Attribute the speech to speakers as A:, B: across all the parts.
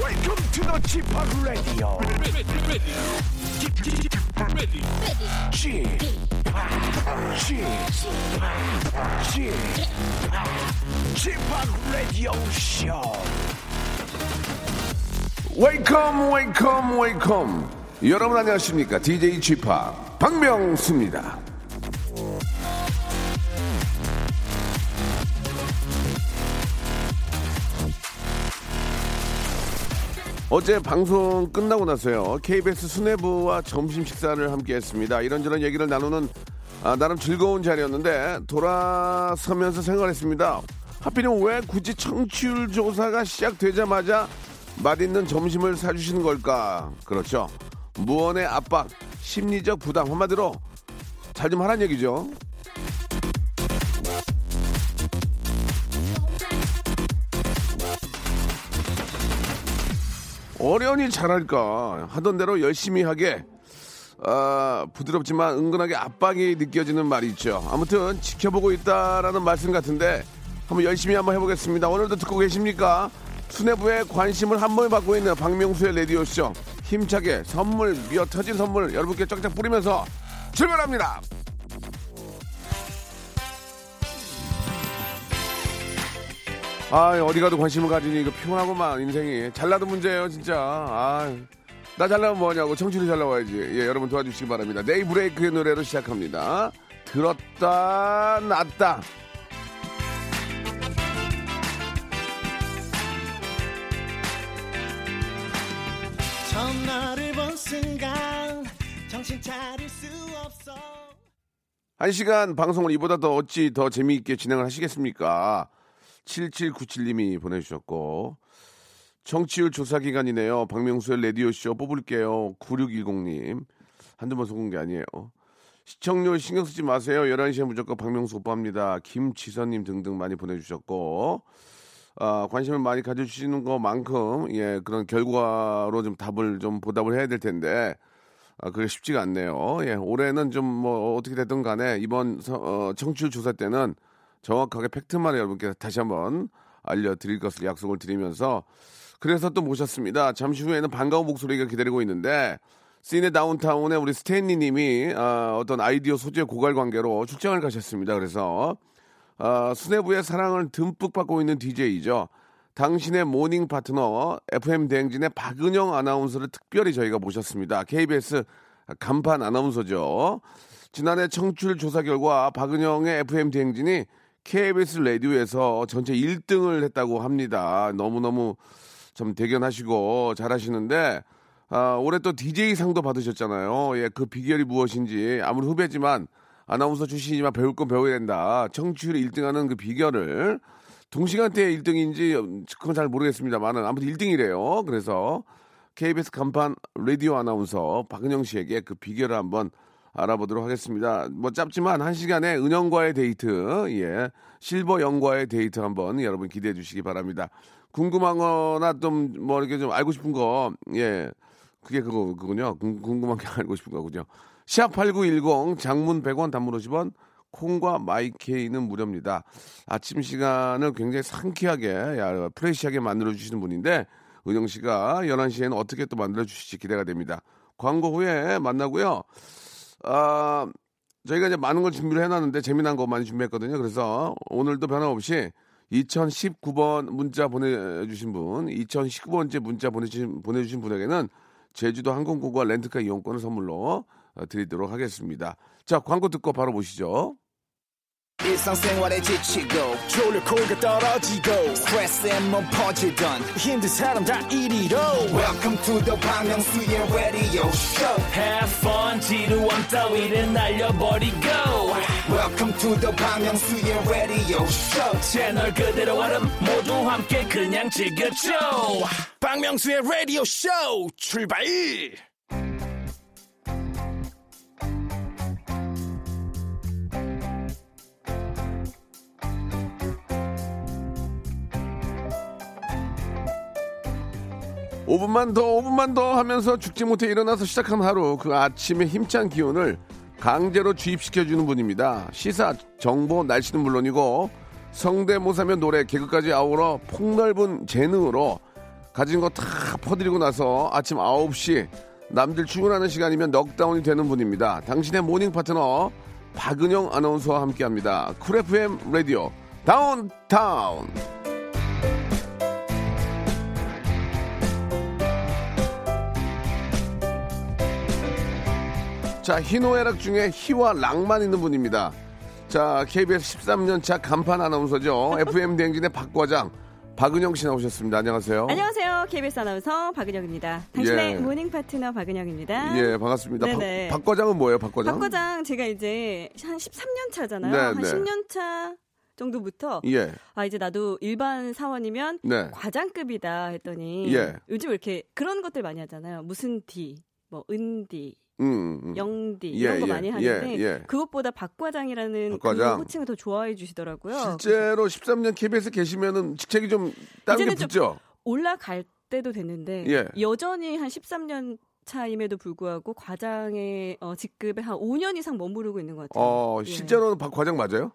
A: Welcome to the Chip Radio.
B: ready, ready, ready,
A: Chip, Chip, Chip, Chip Radio Show.
C: 웨이컴 웨이컴 웨이컴 여러분 안녕하십니까 DJ g 파 박명수입니다 어제 방송 끝나고 나서요 KBS 수뇌부와 점심 식사를 함께 했습니다 이런저런 얘기를 나누는 아, 나름 즐거운 자리였는데 돌아서면서 생각했습니다 하필이면 왜 굳이 청취율 조사가 시작되자마자 맛있는 점심을 사주시는 걸까 그렇죠 무언의 압박 심리적 부담 한마디로 잘 좀 하란 얘기죠 어련히 잘할까 하던 대로 열심히 하게 아, 부드럽지만 은근하게 압박이 느껴지는 말이 있죠. 아무튼 지켜보고 있다라는 말씀 같은데 한번 열심히 한번 해보겠습니다. 오늘도 듣고 계십니까? 수뇌부의 관심을 한 번에 받고 있는 박명수의 라디오 쇼 힘차게 선물 미어 터진 선물 여러분께 쫙쫙 뿌리면서 출발합니다. 아 어디 가도 관심을 가지니 이거 피곤하고만 인생이 잘나도 문제예요 진짜 아나 잘나면 뭐하냐고 청춘이 잘 나와야지 예 여러분 도와주시기 바랍니다 네이브레이크의 노래로 시작합니다 들었다 놨다
D: 처음 너를 본 순간 정신 차릴 수 없어
C: 한 시간 방송을 이보다 더 어찌 더 재미있게 진행을 하시겠습니까? 7797님이 보내주셨고 청취율 조사 기간이네요. 박명수의 라디오쇼 뽑을게요. 9610님 한두 번 속은 게 아니에요. 시청률 신경 쓰지 마세요. 11시에 무조건 박명수 오빠입니다. 김지선님 등등 많이 보내주셨고 아, 관심을 많이 가져주시는 것만큼 예 그런 결과로 좀 답을 좀 보답을 해야 될 텐데 아, 그게 쉽지가 않네요. 예, 올해는 좀 뭐 어떻게 됐든 간에 이번 서- 어, 청취율 조사 때는 정확하게 팩트만 여러분께 다시 한번 알려드릴 것을 약속을 드리면서 그래서 또 모셨습니다. 잠시 후에는 반가운 목소리가 기다리고 있는데 시네 다운타운에 우리 스탠리 님이 아, 어떤 아이디어 소재 고갈 관계로 출장을 가셨습니다. 그래서 아, 수뇌부의 사랑을 듬뿍 받고 있는 DJ이죠. 당신의 모닝 파트너 FM 대행진의 박은영 아나운서를 특별히 저희가 모셨습니다. KBS 간판 아나운서죠. 지난해 청출 조사 결과 박은영의 FM 대행진이 KBS 라디오에서 전체 1등을 했다고 합니다. 너무너무 참 대견하시고 잘하시는데 아, 올해 또 DJ 상도 받으셨잖아요. 예, 그 비결이 무엇인지 아무리 후배지만 아나운서 출신이지만 배울 건 배워야 된다. 청취율 1등하는 그 비결을 동시간대에 1등인지 그건 잘 모르겠습니다만은 아무튼 1등이래요. 그래서 KBS 간판 라디오 아나운서 박은영 씨에게 그 비결을 한번 알아보도록 하겠습니다. 뭐 짧지만 한 시간에 은영과의 데이트, 예, 실버 영과의 데이트 한번 여러분 기대해 주시기 바랍니다. 궁금한거나 좀 뭐 이렇게 좀 알고 싶은 거, 예, 그게 그거 그거요. 궁금한 게 알고 싶은 거군요. 시합 8910 장문 100원 단문 50원 콩과 마이케이는 무료입니다. 아침 시간을 굉장히 상쾌하게 야, 프레시하게 만들어 주시는 분인데 은영 씨가 11시에는 어떻게 또 만들어 주실지 기대가 됩니다. 광고 후에 만나고요. 아, 저희가 이제 많은 걸 준비를 해놨는데 재미난 거 많이 준비했거든요. 그래서 오늘도 변함없이 2019번 문자 보내주신 분, 2019번째 문자 보내주신, 보내주신 분에게는 제주도 항공권과 렌트카 이용권을 선물로 어, 드리도록 하겠습니다. 자, 광고 듣고 바로 보시죠.
D: 일상생활에 지치고, 졸려 코가 떨어지고, 스트레스에 몸 퍼지던, 힘든 사람 다 이리로. welcome to the Bang Myung-soo's radio show
E: Have fun 지루함 따위를 날려버리고
D: welcome to the Bang Myung-soo's radio show
E: 채널 그대로 얼음 모두 함께 그냥 즐겨줘
B: 박명수의 라디오 쇼 출발!
C: 오분만더오분만더 하면서 죽지 못해 일어나서 시작한 하루 그 아침의 힘찬 기운을 강제로 주입시켜주는 분입니다. 시사, 정보, 날씨는 물론이고 성대모사면 노래, 개그까지 아우러 폭넓은 재능으로 가진 거 다 퍼드리고 나서 아침 9시 남들 출근하는 시간이면 넉다운이 되는 분입니다. 당신의 모닝 파트너 박은영 아나운서와 함께합니다. 쿨 FM 라디오 다운타운. 자, 희노애락 중에 희와 랑만 있는 분입니다. 자, KBS 13년 차 간판 아나운서죠. FM 대행진의 박과장 박은영 씨 나오셨습니다. 안녕하세요.
F: 안녕하세요. KBS 아나운서 박은영입니다. 당신의
C: 어? 예.
F: 모닝 파트너 박은영입니다.
C: 예, 반갑습니다. 박,
F: 네네.
C: 박 과장은 뭐예요, 박 과장?
F: 박 과장 제가 이제 한 13년 차잖아요.
C: 네,
F: 한
C: 네.
F: 10년 차 정도부터
C: 예.
F: 아 이제 나도 일반 사원이면
C: 네.
F: 과장급이다 했더니
C: 예.
F: 요즘 이렇게 그런 것들 많이 하잖아요. 무슨 D, 뭐 은디,
C: 음. 음.
F: 영디
C: 예,
F: 이런 거
C: 예,
F: 많이
C: 예,
F: 하는데
C: 예.
F: 그것보다 박 과장이라는
C: 박 과장.
F: 그 호칭을 더 좋아해 주시더라고요.
C: 실제로 13년 KBS 계시면은 직책이 좀 다른 게
F: 이제는 좀-
C: 붙죠.
F: 올라갈 때도 됐는데
C: 예.
F: 여전히 한 13년 차임에도 불구하고 과장의 어, 직급에 한 5년 이상 머무르고 있는 것 같아요.
C: 어,
F: 예.
C: 실제로는 박 과장 맞아요?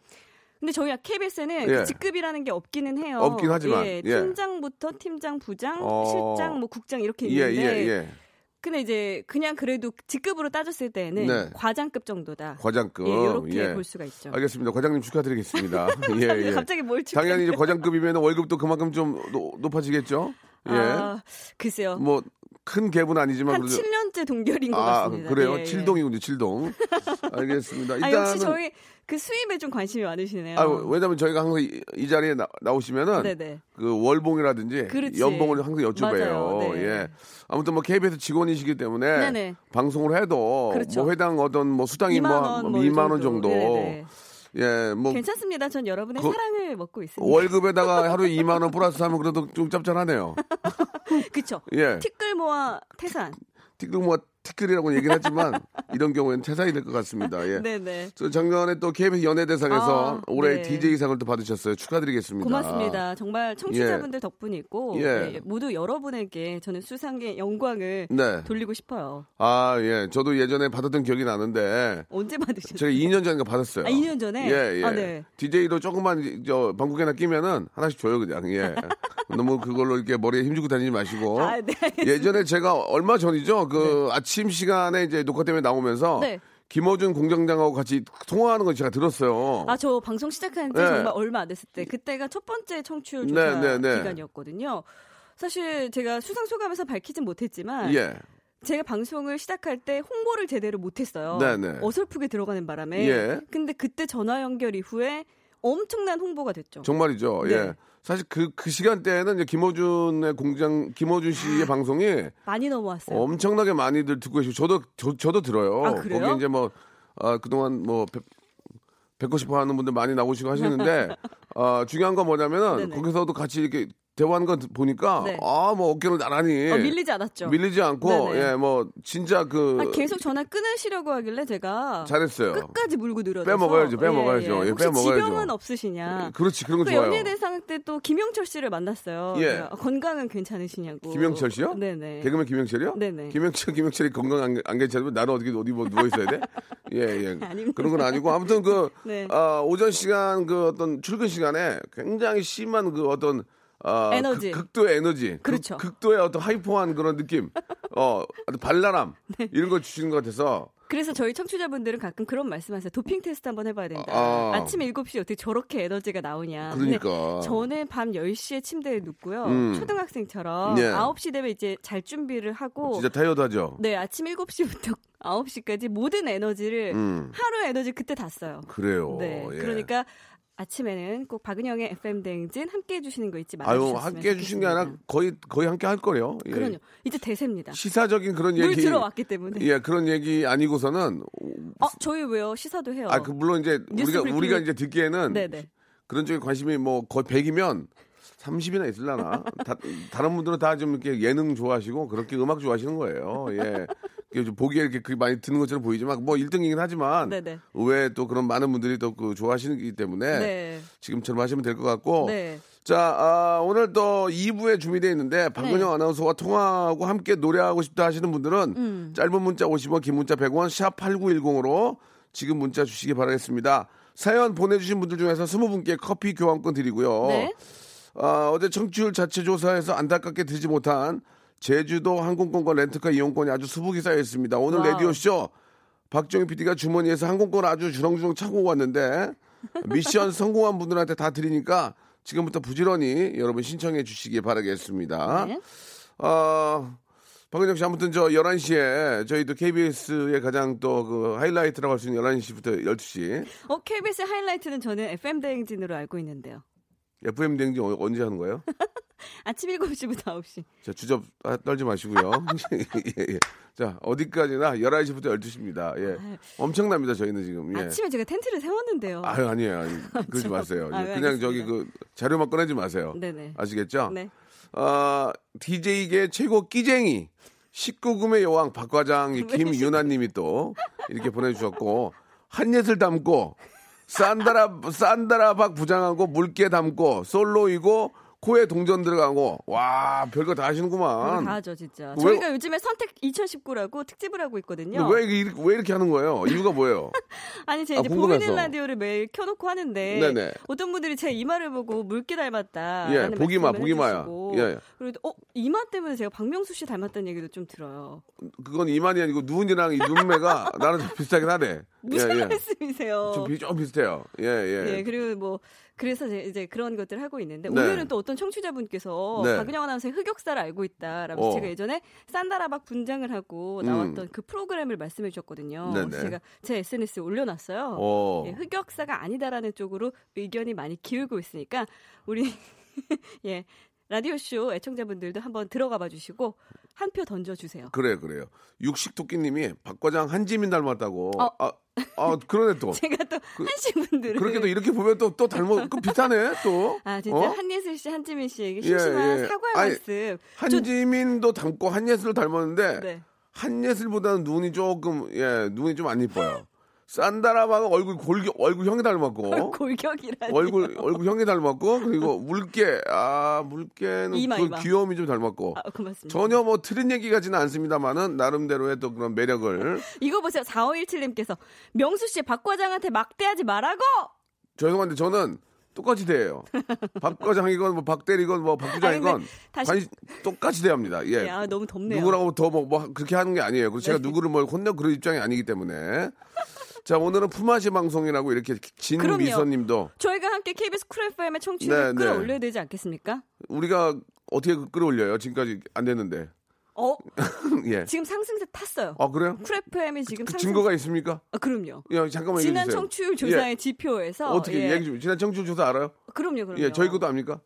F: 근데 저희 KBS는 그
C: 예.
F: 직급이라는 게 없기는 해요.
C: 없긴 하지만,
F: 예,
C: 예.
F: 팀장부터 팀장, 부장,
C: 어.
F: 실장, 뭐 국장 이렇게
C: 예,
F: 있는데
C: 예, 예.
F: 근데 이제 그냥 그래도 직급으로 따졌을 때는
C: 네.
F: 과장급 정도다.
C: 과장급.
F: 예, 이렇게 볼 수가 있죠.
C: 알겠습니다. 과장님 축하드리겠습니다. 예, 예.
F: 갑자기 뭘 축하-
C: 당연히 이제 과장급이면 월급도 그만큼 좀 노- 높아지겠죠? 예.
F: 아, 글쎄요.
C: 뭐 큰 갭은 아니지만
F: 한
C: 그래도
F: 7년째 동결인 것
C: 아,
F: 같습니다.
C: 그래요?
F: 예, 예.
C: 칠동이군요칠동 알겠습니다.
F: 아,
C: 일단은
F: 역시 저희 그 수입에 좀 관심이 많으시네요.
C: 아, 왜냐면 저희가 항상 이, 이 자리에 나, 오시면은
F: 네네.
C: 그 월봉이라든지
F: 그렇지.
C: 연봉을 항상
F: 맞아요.
C: 여쭤봐요.
F: 네.
C: 예. 아무튼 뭐 KBS 직원이시기 때문에
F: 네네.
C: 방송을 해도
F: 그렇죠.
C: 뭐 회당 어떤 뭐 수당이
F: 2만
C: 뭐
F: 원,
C: 한
F: 뭐
C: 2만 원 정도.
F: 정도. 네네.
C: 예, 뭐
F: 괜찮습니다. 전 여러분의
C: 그-
F: 사랑을 먹고 있습니다.
C: 월급에다가 하루에 2만 원 플러스 하면 그래도 좀 짭짤하네요.
F: 그쵸?
C: 예.
F: 티끌 모아 태산.
C: 티끌 뭐 티끌이라고 얘기를 하지만 이런 경우에는 퇴사이 될 것 같습니다. 예.
F: 네네.
C: 저 작년에 또 KBS 연예대상에서
F: 아,
C: 올해
F: 네.
C: DJ상을 또 받으셨어요. 축하드리겠습니다.
F: 고맙습니다. 정말 청취자분들 덕분이고
C: 예.
F: 예, 모두 여러분에게 저는 수상의 영광을
C: 네.
F: 돌리고 싶어요.
C: 아, 예. 저도 예전에 받았던 기억이 나는데
F: 언제 받으셨어요?
C: 제가 2년 전인가 받았어요.
F: 아, 2년 전에?
C: 예, 예.
F: 아, 네.
C: DJ로 조금만 저 방국에나 끼면은 하나씩 줘요, 그냥. 예. 너무 그걸로 이렇게 머리에 힘주고 다니지 마시고.
F: 아, 네.
C: 예전에 제가 얼마 전이죠. 그 아침 시간에 이제 녹화 때문에 나오면서
F: 네.
C: 김어준 공장장하고 같이 통화하는 걸 제가 들었어요.
F: 아, 저 방송 시작한 지
C: 예.
F: 정말 얼마 안 됐을 때 그때가 첫 번째 청취율
C: 네,
F: 조사
C: 네, 네.
F: 기간이었거든요. 사실 제가 수상 소감에서 밝히진 못했지만
C: 예.
F: 제가 방송을 시작할 때 홍보를 제대로 못했어요.
C: 네네.
F: 어설프게 들어가는 바람에.
C: 예.
F: 근데 그때 전화 연결 이후에 엄청난 홍보가 됐죠.
C: 정말이죠.
F: 네.
C: 예. 사실 그, 그 시간대에는 이제 김어준의 공장, 김어준
F: 아.
C: 씨의 방송이
F: 많이 넘어왔어요.
C: 엄청나게 많이들 듣고 계시고, 저도, 저, 도 들어요.
F: 아, 그래요?
C: 거기 이제 뭐, 아, 그동안 뭐, 뵙, 뵙고 싶어 하는 분들 많이 나오시고 하시는데, 아, 중요한 건 뭐냐면은,
F: 네네.
C: 거기서도 같이 이렇게 대화하는 거 보니까,
F: 네.
C: 아, 뭐, 어깨를 나란히.
F: 어, 밀리지 않았죠.
C: 밀리지 않고,
F: 네네.
C: 예, 뭐, 진짜 그,
F: 아, 계속 전화 끊으시려고 하길래 제가
C: 잘했어요.
F: 끝까지 물고 늘어서
C: 빼먹어야죠, 빼먹어야죠. 예,
F: 혹시
C: 빼먹어야죠.
F: 지병은 없으시냐?
C: 그렇지, 그런 거
F: 그
C: 좋아요.
F: 연예대상 때 또 김영철 씨를 만났어요.
C: 예.
F: 제가 건강은 괜찮으시냐고.
C: 김영철 씨요?
F: 네네.
C: 개그맨 김영철이요?
F: 네네.
C: 김영철, 김영철이 건강 안, 안 괜찮으면 나는 어디, 어디 뭐 누워 있어야 돼? 예, 예.
F: 아닙니다.
C: 그런 건 아니고. 아무튼 그,
F: 네.
C: 아, 오전 시간 그 어떤 출근 시간에 굉장히 심한 그 어떤, 아,
F: 에너지.
C: 극, 도의 에너지.
F: 그렇죠.
C: 극, 도의 어떤 하이퍼한 그런 느낌. 어, 어떤 발랄함.
F: 네.
C: 이런 걸 주시는 것 같아서.
F: 그래서 저희 청취자분들은 가끔 그런 말씀하세요. 도핑 테스트 한번 해봐야 된다.
C: 아.
F: 아. 침 7시에 어떻게 저렇게 에너지가 나오냐. 근데
C: 그러니까.
F: 저는 밤 10시에 침대에 눕고요.
C: 음.
F: 초등학생처럼
C: 예.
F: 9시 되면 이제 잘 준비를 하고
C: 진짜 타이어드 하죠?
F: 네, 아침 7시부터 9시까지 모든 에너지를
C: 음.
F: 하루 에너지 그때 다 써요.
C: 그래요.
F: 네.
C: 예.
F: 그러니까 아침에는 꼭 박은영의 FM 대행진 함께 해 주시는 거 잊지 말아
C: 아유,
F: 주셨으면
C: 함께 해주신 게 아니라
F: 좋겠습니다.
C: 거의, 거의 함께 할 거예요. 예.
F: 그럼요. 이제 대세입니다.
C: 시사적인 그런
F: 늘
C: 얘기.
F: 들어왔기 때문에.
C: 예, 그런 얘기 아니고서는
F: 어, 저희 왜요? 시사도 해요.
C: 아, 그 물론 이제
F: 뉴스
C: 우리가
F: 브리핑.
C: 우리가 이제 듣기에는
F: 네, 네.
C: 그런 쪽에 관심이 뭐 거의 100이면 30이나 있을라나. 다, 다른 분들은 다 좀 이렇게 예능 좋아하시고 그렇게 음악 좋아하시는 거예요. 예. 그게 좀 보기에 이렇게 그게 많이 듣는 것처럼 보이지만 뭐 1등이긴 하지만
F: 네네.
C: 의외에 또 그런 많은 분들이 또 그 좋아하시기 때문에
F: 네.
C: 지금처럼 하시면 될 것 같고
F: 네.
C: 자 아, 오늘 또 2부에 준비되어 있는데 박근영
F: 네.
C: 아나운서와 통화하고 함께 노래하고 싶다 하시는 분들은
F: 음.
C: 짧은 문자 50원 긴 문자 100원 샵 8910으로 지금 문자 어, 주시기 바라겠습니다 사연 보내주신 분들 중에서 20분께 커피 교환권 드리고요
F: 네.
C: 아, 어제 청취율 자체 조사에서 안타깝게 되지 못한 제주도 항공권과 렌트카 이용권이 아주 수북이 쌓여 있습니다. 오늘
F: 와우.
C: 라디오쇼 박정희 PD가 주머니에서 항공권 아주 주렁주렁 차고 왔는데 미션 성공한 분들한테 다 드리니까 지금부터 부지런히 여러분 신청해 주시기 바라겠습니다.
F: 네.
C: 어, 박은영 씨, 아무튼 저 11시에 저희도 KBS의 가장 또 그 하이라이트라고 할 수 있는 11시부터 12시.
F: 어, KBS 하이라이트는 저는 FM 대행진으로 알고 있는데요.
C: FM 댕지 언제 하는 거예요?
F: 아침 7시부터 9시.
C: 자, 주접 아, 떨지 마시고요. 예, 예. 자, 어디까지나 11시부터 12시입니다. 예. 엄청납니다, 저희는 지금. 예.
F: 아, 아침에 제가 텐트를 세웠는데요.
C: 아유, 아니에요. 아니, 그러지
F: 저-
C: 마세요. 예,
F: 아유,
C: 그냥
F: 알겠습니다.
C: 저기 그 자료만 꺼내지 마세요.
F: 네네.
C: 아시겠죠?
F: 네.
C: 아, DJ계 최고 끼쟁이 19금의 여왕 박과장 이 김유나 님이 또 이렇게 보내주셨고 한예슬 담고 산다라 산다라 박 부장하고 물개 담고 솔로이고 코에 동전 들어가고 와 별거 다
F: 별거 다
C: 하시는구만.
F: 하죠, 진짜.
C: 왜-
F: 저희가 요즘에 선택 2019라고 특집을 하고 있거든요.
C: 근데 왜, 이게 이렇게- 왜 이렇게 하는 거예요? 이유가 뭐예요?
F: 아니,
C: 아,
F: 제가 이제
C: 궁금해서.
F: 보이는 라디오를 매일 켜놓고 하는데
C: 네네.
F: 어떤 분들이 제 이마를 보고 물기 닮았다.
C: 예, 보기마, 보기마야. 예, 예.
F: 그리고 또, 어, 이마 때문에 제가 박명수 씨 닮았다는 얘기도 좀 들어요.
C: 그건 이만이 아니고 눈이랑 이 눈매가 나랑 좀 비슷하긴 하네.
F: 무슨
C: 예, 예.
F: 말씀이세요?
C: 좀, 비, 좀 비슷해요. 예, 예.
F: 예, 그리고 뭐 그래서 이제- 이제 그런 것들 을 하고 있는데
C: 네.
F: 오늘은 또 어떤 청취자분께서
C: 네.
F: 박은영 아나운서의 흑역사를 알고 있다라면서
C: 어. 음.
F: 제가 예전에 산다라박 분장을 하고 나왔던 그 프로그램을 말씀해 주셨거든요.
C: 네네.
F: 그래서 제가 제 SNS에 올려놨어요.
C: 어.
F: 예, 흑역사가 아니다라는 쪽으로 의견이 많이 기울고 있으니까 우리 예. 라디오쇼 애청자분들도 한번 들어가 봐 주시고 한 표 던져 주세요.
C: 그래요, 그래요. 육식 토끼님이 박과장 한지민 닮았다고.
F: 어.
C: 아, 아, 그러네 또.
F: 제가 또 한식 분들을
C: 그렇게 또 이렇게 보면 또 또 닮은 그 비슷하네 또.
F: 아 진짜
C: 어?
F: 한예슬 씨, 한지민 씨에게
C: 예,
F: 심심한
C: 예.
F: 사과의
C: 아니,
F: 말씀. 저-
C: 한지민도 닮고 한예슬 닮았는데
F: 네.
C: 한예슬보다는 눈이 조금 예 눈이 좀 안 이뻐요. 산다라바가 얼굴 골기 얼굴 형이 닮았고
F: 골격이라니.
C: 어? 얼굴 얼굴 형이 닮았고 그리고 물개 아 물개는
F: 이마,
C: 그
F: 이마.
C: 귀여움이 좀 닮았고
F: 아, 고맙습니다.
C: 전혀 뭐 틀린 얘기 같지는 않습니다만은 나름대로의 또 그런 매력을
F: 이거 보세요. 4517님께서 명수 씨 박 과장한테 막대하지 말라고.
C: 죄송한데 저는 똑같이 대해요. 박 과장이건 뭐 박 대리건 뭐 박
F: 아니,
C: 부장이건
F: 근데 다시-
C: 관심- 똑같이 대합니다. 예.
F: 네, 아, 너무 덥네요. 네.
C: 누구라고 더 뭐 그렇게 하는 게 아니에요. 그리고 제가 누구를 뭐 혼내 그런 입장이 아니기 때문에 자 오늘은 품앗이 방송이라고 이렇게
F: 그럼요.
C: 진미선님도
F: 저희가 함께 KBS 쿨 FM의 청취율을
C: 네, 네.
F: 끌어올려야 되지 않겠습니까?
C: 우리가 어떻게 끌어올려요? 지금까지 안 됐는데
F: 어,
C: 예.
F: 지금 상승세 탔어요.
C: 아 그래요?
F: 쿨 FM이 지금
C: 그
F: 상승.
C: 증거가 있습니까?
F: 아, 그럼요.
C: 예, 잠깐만 얘기해
F: 지난
C: 주세요.
F: 청취율
C: 예.
F: 조사의 지표에서
C: 어떻게
F: 예.
C: 얘기 좀 지난 청취율 조사 알아요?
F: 그럼요, 그럼요.
C: 예, 저희 것도 압니까?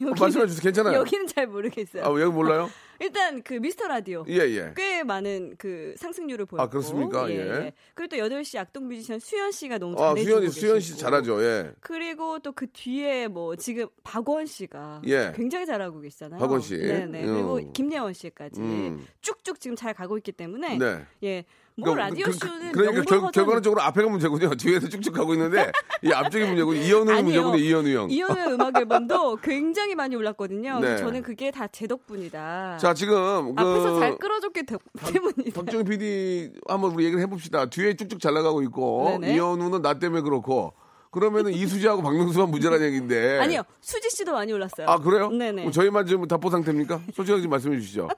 F: 여기는-
C: 말씀해 주세요. 괜찮아요.
F: 여기는 잘 모르겠어요.
C: 아 여기 몰라요?
F: 일단 그 미스터 라디오
C: 예 예.
F: 네. 꽤 많은 그 상승률을 보였고.
C: 아, 그렇습니까? 예.
F: 그리고 또 8시 악동 뮤지션 수현 씨가 너무
C: 아
F: 잘해주고
C: 수현 씨 수현 씨
F: 계시고.
C: 잘하죠. 예.
F: 그리고 또 그 뒤에 뭐 지금 박원 씨가
C: 예.
F: 굉장히 잘하고 계시잖아요.
C: 박원 씨.
F: 네네. 그리고
C: 음.
F: 김예원 씨까지
C: 음.
F: 쭉쭉 지금 잘 가고 있기 때문에
C: 네.
F: 예. 뭐
C: 그러니까
F: 라디오
C: 그- 그-
F: 쇼는
C: 그러니까
F: 명불허전
C: 결, 결과론적으로 앞에가 문제군요. 뒤에서 쭉쭉 가고 있는데 이 앞쪽이 문제군요. 이현우 형
F: 아니요.
C: 문제군요. 이현우 형.
F: 이현우 음악 앨범도 굉장히 많이 올랐거든요.
C: 네.
F: 저는 그게 다 제 덕분이다.
C: 자 지금 그
F: 앞에서 잘 끌어줬기 덕- 때문이다.
C: 박정희 PD 한번 우리 얘기를 해봅시다. 뒤에 쭉쭉 잘 나가고 있고
F: 네네.
C: 이현우는 나 때문에 그렇고 그러면은 이수지하고 박명수만 문제라는 얘기인데.
F: 아니요. 수지 씨도 많이 올랐어요.
C: 아 그래요?
F: 네네.
C: 그럼 저희만 지금 답보 상태입니까? 솔직하게 좀 말씀해 주시죠.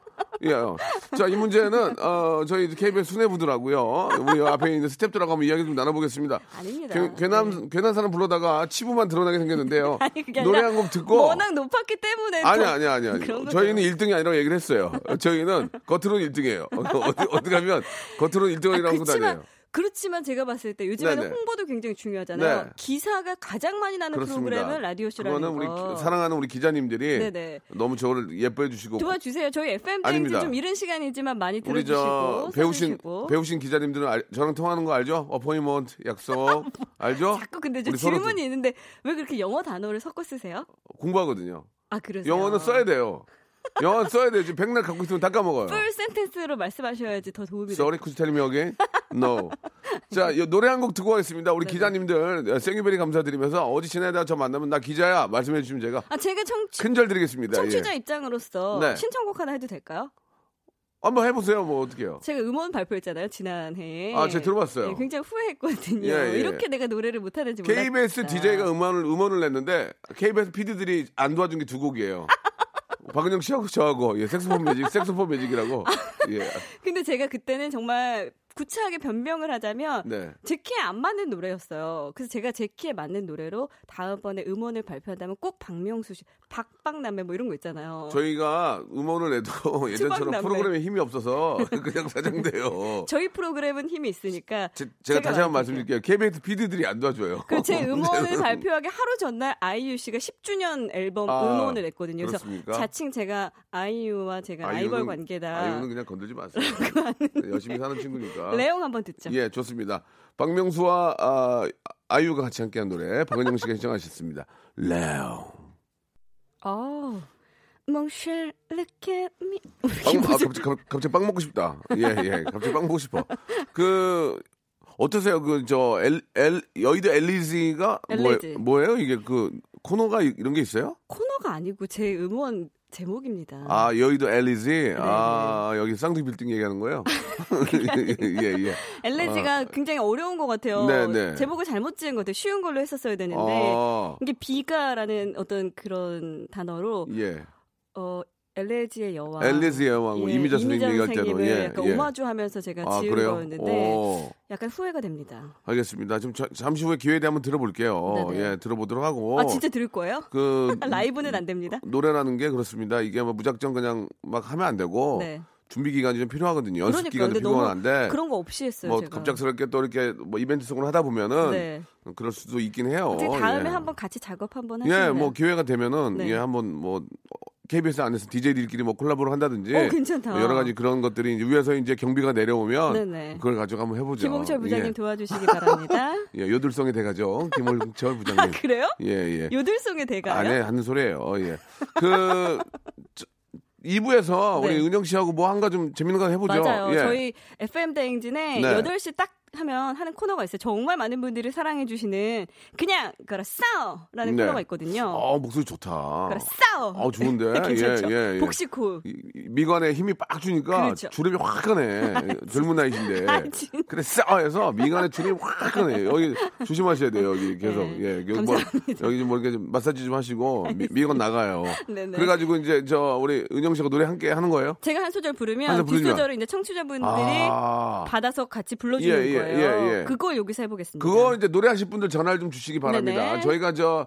C: 예. 어. 자이 문제는 어, 저희 KBS 수뇌부들하고요. 우리 앞에 있는 스탭들하고 한번 이야기 좀 나눠보겠습니다.
F: 아닙니다. 네.
C: 괴, 괴남 괴난 사람 불러다가 치부만 드러나게 생겼는데요.
F: 아니 그게 아니라
C: 노래 한 곡 듣고
F: 워낙 높았기 때문에
C: 아니
F: 더-
C: 아니 아니 아니.
F: 그런 거죠.
C: 저희는 1등이 아니라고 얘기를 했어요. 저희는 겉으로는 1등이에요. 어떻게 어떻게 하면 겉으로는 1등이라고 하고 다녀요.
F: 그렇지만 제가 봤을 때 요즘에는
C: 네네.
F: 홍보도 굉장히 중요하잖아요.
C: 네.
F: 기사가 가장 많이 나는
C: 그렇습니다.
F: 프로그램은 라디오 쇼라는
C: 그거는 우리
F: 거.
C: 기- 사랑하는 우리 기자님들이
F: 네네.
C: 너무 저를 예뻐해 주시고
F: 도와주세요. 저희 FM
C: 아닙니다.
F: 땡지 좀 이른 시간이지만 많이
C: 우리
F: 들어주시고
C: 저 배우신
F: 써주시고.
C: 배우신 기자님들은 알- 저랑 통하는 거 알죠? 어포인먼트 약속 알죠?
F: 자꾸 어, 근데 저
C: 우리 서로
F: 질문이 있는데 왜 그렇게 영어 단어를 섞어 쓰세요?
C: 공부하거든요.
F: 아 그러세요.
C: 영어는 써야 돼요. 영어 는 써야 돼요. 지금 백날 갖고 있으면 다 까먹어요.
F: 풀 센텐스로 말씀하셔야지 더 도움이 돼요.
C: Sorry, could you tell me again? No. 자, 요 노래 한 곡 듣고 가겠습니다.
F: 네,
C: 우리 기자님들 어, 생유베리 감사드리면서 어디 지내다 저 만나면 나 기자야 말씀해 주시면 제가
F: 아 제가 청취,
C: 큰절 드리겠습니다.
F: 청취자
C: 예.
F: 입장으로서
C: 네.
F: 신청곡 하나 해도 될까요?
C: 한번 해보세요. 뭐 어떻게요?
F: 제가 음원 발표했잖아요 지난해에.
C: 아, 제가 들어봤어요.
F: 예, 굉장히 후회했거든요.
C: 예, 예.
F: 이렇게 내가 노래를 못하는지 몰랐다.
C: KBS DJ가 음원을 음원을 냈는데 KBS PD들이 안 도와준 게 두 곡이에요. 박은영 씨하고 저하고 예, 섹스폰 매직, 섹스폰 매직이라고. 예.
F: 근데 제가 그때는 정말 구차하게 변명을 하자면
C: 네.
F: 제 키에 안 맞는 노래였어요. 그래서 제가 제 키에 맞는 노래로 다음번에 음원을 발표한다면 꼭 박명수 씨, 박박남매 뭐 이런 거 있잖아요.
C: 저희가 음원을 내도 예전처럼
F: 추박남매.
C: 프로그램에 힘이 없어서 그냥 사장돼요.
F: 저희 프로그램은 힘이 있으니까
C: 제, 제가 다시 한번
F: 말씀드릴게요.
C: 말씀드릴게요. 네. KBS PD들이 안 도와줘요.
F: 그 제 음원을
C: 문제는.
F: 발표하기 하루 전날 아이유 씨가 10주년 앨범
C: 아,
F: 음원을 냈거든요. 그래서
C: 그렇습니까?
F: 자칭 제가 아이유와 제가
C: 아이유는-
F: 라이벌 관계다.
C: 아이유는 그냥 건들지 마세요. 네, 열심히 사는 친구니까.
F: 레옹 한번 듣죠.
C: 예, 좋습니다. 박명수와 아, 아이유가 같이 함께한 노래 박은영 씨가 신청하셨습니다. 레오.
F: 어. 몽쉘 르케 미.
C: 빵, 아, 갑자기, 갑- 갑자기 빵 먹고 싶다. 예, 예. 갑자기 빵 먹고 싶어. 그, 어떠세요? 그, 저, 엘, 엘, 여의도 엘리지가 뭐,
F: 엘리지.
C: 뭐예요? 이게 그, 코너가 이- 이런 게 있어요?
F: 코너가 아니고 제 음원 제목입니다.
C: 아, 여의도 엘리지?
F: 네,
C: 아, 여기 쌍둥이 빌딩 얘기하는 거예요? 예,
F: 네.
C: 예.
F: 엘레지가 굉장히 어려운 것 같아요.
C: 네, 네.
F: 제목을 잘못 지은 것 같아요. 쉬운 걸로 했었어야 되는데
C: 아,
F: 이게 비가라는 어떤 그런 단어로
C: 예.
F: 어 엘레지의 여왕,
C: 엘리지 여왕,
F: 아, 예,
C: 이미자 선생님 얘기할 때도.
F: 선생님을
C: 예,
F: 약간
C: 예.
F: 오마주하면서 제가
C: 아,
F: 지은
C: 그래요?
F: 거였는데
C: 오.
F: 약간 후회가 됩니다.
C: 알겠습니다. 지금 자- 잠시 후에 기회에 대해 한번 들어볼게요.
F: 네네.
C: 예, 들어보도록 하고.
F: 아 진짜 들을 거예요?
C: 그
F: 라이브는 안 됩니다.
C: 노래라는 게 그렇습니다. 이게 뭐 무작정 그냥 막 하면 안 되고
F: 네.
C: 준비 기간이 좀 필요하거든요. 연습
F: 그러니까
C: 기간도
F: 근데 너무
C: 필요한데
F: 그런 거 없이 했어요.
C: 뭐
F: 제가.
C: 갑작스럽게 또 이렇게 뭐 이벤트 속으로 하다 보면은
F: 네.
C: 그럴 수도 있긴 해요.
F: 어떻게 다음에
C: 예.
F: 한번 같이 작업 한번 하시면
C: 예, 뭐 기회가 되면은
F: 네.
C: 예, 한번 뭐 KBS 안에서 DJ들끼리 뭐 콜라보를 한다든지 뭐
F: 어, 괜찮다.
C: 여러 가지 그런 것들이 이제 위에서 이제 경비가 내려오면
F: 네네.
C: 그걸 가지고 한번 해보죠.
F: 김홍철 부장님
C: 예.
F: 도와주시기 바랍니다.
C: 예, 요들성이 돼가죠. 김홍철 부장님.
F: 아, 그래요?
C: 예, 예.
F: 요들송의 대가요?
C: 안에 하는 소리예요. 어, 예. 그 저, 2부에서
F: 네.
C: 우리 은영 씨하고 뭐 한가 좀 재밌는 거 해보죠.
F: 맞아요.
C: 예.
F: 저희 FM 대행진에
C: 네.
F: 8시 딱 하면 하는 코너가 있어요. 정말 많은 분들이 사랑해 주시는 그냥 그라 싸워라는
C: 네.
F: 코너가 있거든요.
C: 어, 목소리 좋다.
F: 그라 싸워.
C: 어, 좋은데.
F: 괜찮죠?
C: 예, 예, 예.
F: 복식 후.
C: 이- 이 미간에 힘이 빡 주니까
F: 그렇죠.
C: 주름이 확 가네. 젊은 나이신데.
F: 아, 진짜.
C: 그래 싸해서 미간에 주름이 확 가네. 여기 조심하셔야 돼요. 여기 계속.
F: 네.
C: 예. 여기 뭐,
F: 감사합니다.
C: 여기 좀 뭐 이렇게 좀 마사지 좀 하시고 미, 미간 나가요.
F: 네네.
C: 그래가지고 이제 저 우리 은영 씨가 노래 함께 하는 거예요?
F: 제가 한 소절 부르면
C: 한
F: 두
C: 소절 부르면.
F: 뒷소절을 이제 청취자분들이
C: 아.
F: 받아서 같이 불러주는
C: 예, 예,
F: 거예요.
C: 예, 예.
F: 그걸 여기서 해보겠습니다.
C: 그거 이제 노래하실 분들 전화를 좀 주시기 바랍니다.
F: 네네.
C: 저희가 저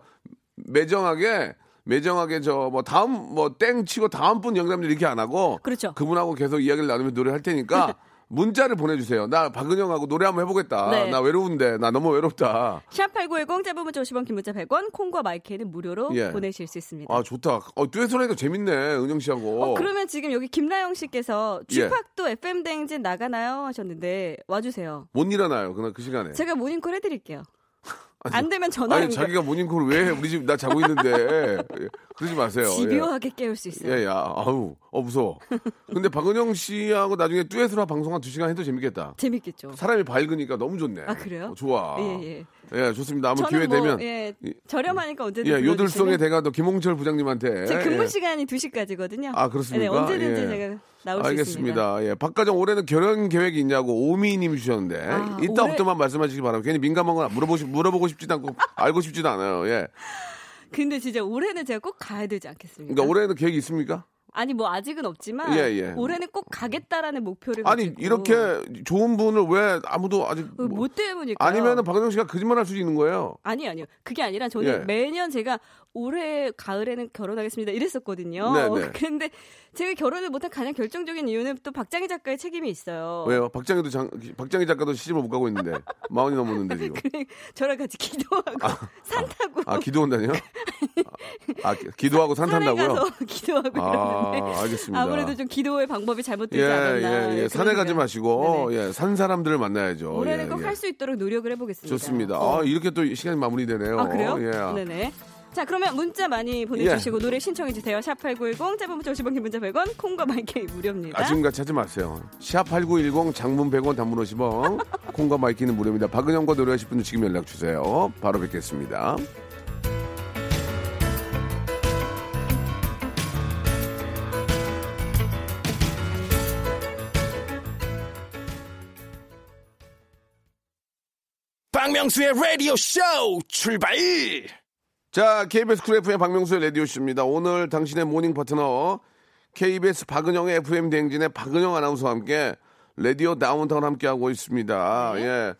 C: 매정하게 매정하게 저 뭐 다음 뭐 땡 치고 다음 분 연결하면 이렇게 안 하고
F: 그렇죠.
C: 분하고 계속 이야기를 나누면 노래할 테니까 문자를 보내주세요. 나 박은영하고 노래 한번 해보겠다.
F: 네.
C: 나 외로운데 나 너무 외롭다.
F: 샵8910 짧은 문자 50원 긴 문자 100원 콩과 마이크는 무료로
C: 예.
F: 보내실 수 있습니다.
C: 아 좋다. 어 듀엣을 하니까 재밌네 은영 씨하고.
F: 어, 그러면 지금 여기 김나영 씨께서
C: 예.
F: 주팍도 FM 대행진 나가나요 하셨는데 와주세요.
C: 못 일어나요 그날 그 시간에.
F: 제가 모닝콜 해드릴게요. 안 되면 전화
C: 아니
F: 연결.
C: 자기가 모닝콜 왜 해? 우리 집 나 자고 있는데 예, 그러지 마세요. 예.
F: 집요하게 깨울 수 있어요.
C: 예, 야, 아우, 어, 무서워. 근데 박은영 씨하고 나중에 듀엣으로 방송 한 두 시간 해도 재밌겠다.
F: 재밌겠죠.
C: 사람이 밝으니까 너무 좋네.
F: 아, 그래요?
C: 어, 좋아.
F: 예, 예.
C: 예, 좋습니다. 아무 기회
F: 저는 뭐
C: 되면.
F: 예, 저렴하니까 언제든
C: 예, 요들송의
F: 불러주시면
C: 대가도 김홍철 부장님한테.
F: 제 근무
C: 예.
F: 시간이 2시까지거든요.
C: 아, 그렇습니까?
F: 네, 언제든지
C: 예.
F: 제가 나올 수 있습니다.
C: 알겠습니다. 예, 박가정 올해는 결혼 계획이 있냐고 오미님이 주셨는데
F: 아,
C: 이따
F: 올해-
C: 없더만 말씀하시기 바랍니다. 괜히 민감한 건 물어보시 물어보고 싶지도 않고 알고 싶지도 않아요. 예,
F: 근데 진짜 올해는 제가 꼭 가야 되지 않겠습니까?
C: 그러니까 올해는 계획이 있습니까?
F: 아니 뭐 아직은 없지만
C: 예, 예.
F: 올해는 꼭 가겠다라는 목표를
C: 아니
F: 가지고
C: 이렇게 좋은 분을 왜 아무도 아직
F: 그뭐 때문일까요?
C: 아니면은 박은영 씨가 거짓말할 수도 있는 거예요.
F: 아니 아니요 그게 아니라 저는
C: 예.
F: 매년 제가 올해 가을에는 결혼하겠습니다 이랬었거든요.
C: 네, 네.
F: 근데 제가 결혼을 못한 가장 결정적인 이유는 또 박장희 작가의 책임이 있어요.
C: 왜요? 박장희도 장, 박장희 작가도 시집을 못 가고 있는데 마흔이 넘었는데 지금.
F: 그래, 저랑 같이 기도하고 산 타고
C: 아 기도온다니요? 아 기- 기도하고 산
F: 산에
C: 탄다고요?
F: 가서 기도하고 이러는데
C: 아 알겠습니다.
F: 아무래도 좀 기도의 방법이 잘못되지 않았나.
C: 예예예 산에
F: 그런
C: 가지
F: 생각.
C: 마시고
F: 네네.
C: 예, 산 사람들을 만나야죠.
F: 올해는
C: 예,
F: 꼭
C: 예.
F: 할 수 있도록 노력을 해보겠습니다.
C: 좋습니다.
F: 어.
C: 아 이렇게 또 시간이 마무리되네요.
F: 아 그래요?
C: 예.
F: 네네. 자 그러면 문자 많이 보내주시고 노래 신청해 주세요. 샵 #8910 짧은 문자 50원, 긴 문자 100원, 콩과 마이크 무료입니다.
C: 아침같이 하지 마세요. 샵8910 장문 100원 단문 50원 콩과 마이키는 무료입니다. 박은영과 노래하실 분들 지금 연락 주세요. 바로 뵙겠습니다.
B: 박명수의 라디오 쇼 출발!
C: 자, KBS 쿨 FM 박명수의 라디오쇼입니다. 오늘 당신의 모닝 파트너 KBS 박은영의 FM 대행진의 박은영 아나운서와 함께 라디오 다운타운 함께하고 있습니다.
F: 네.
C: 예.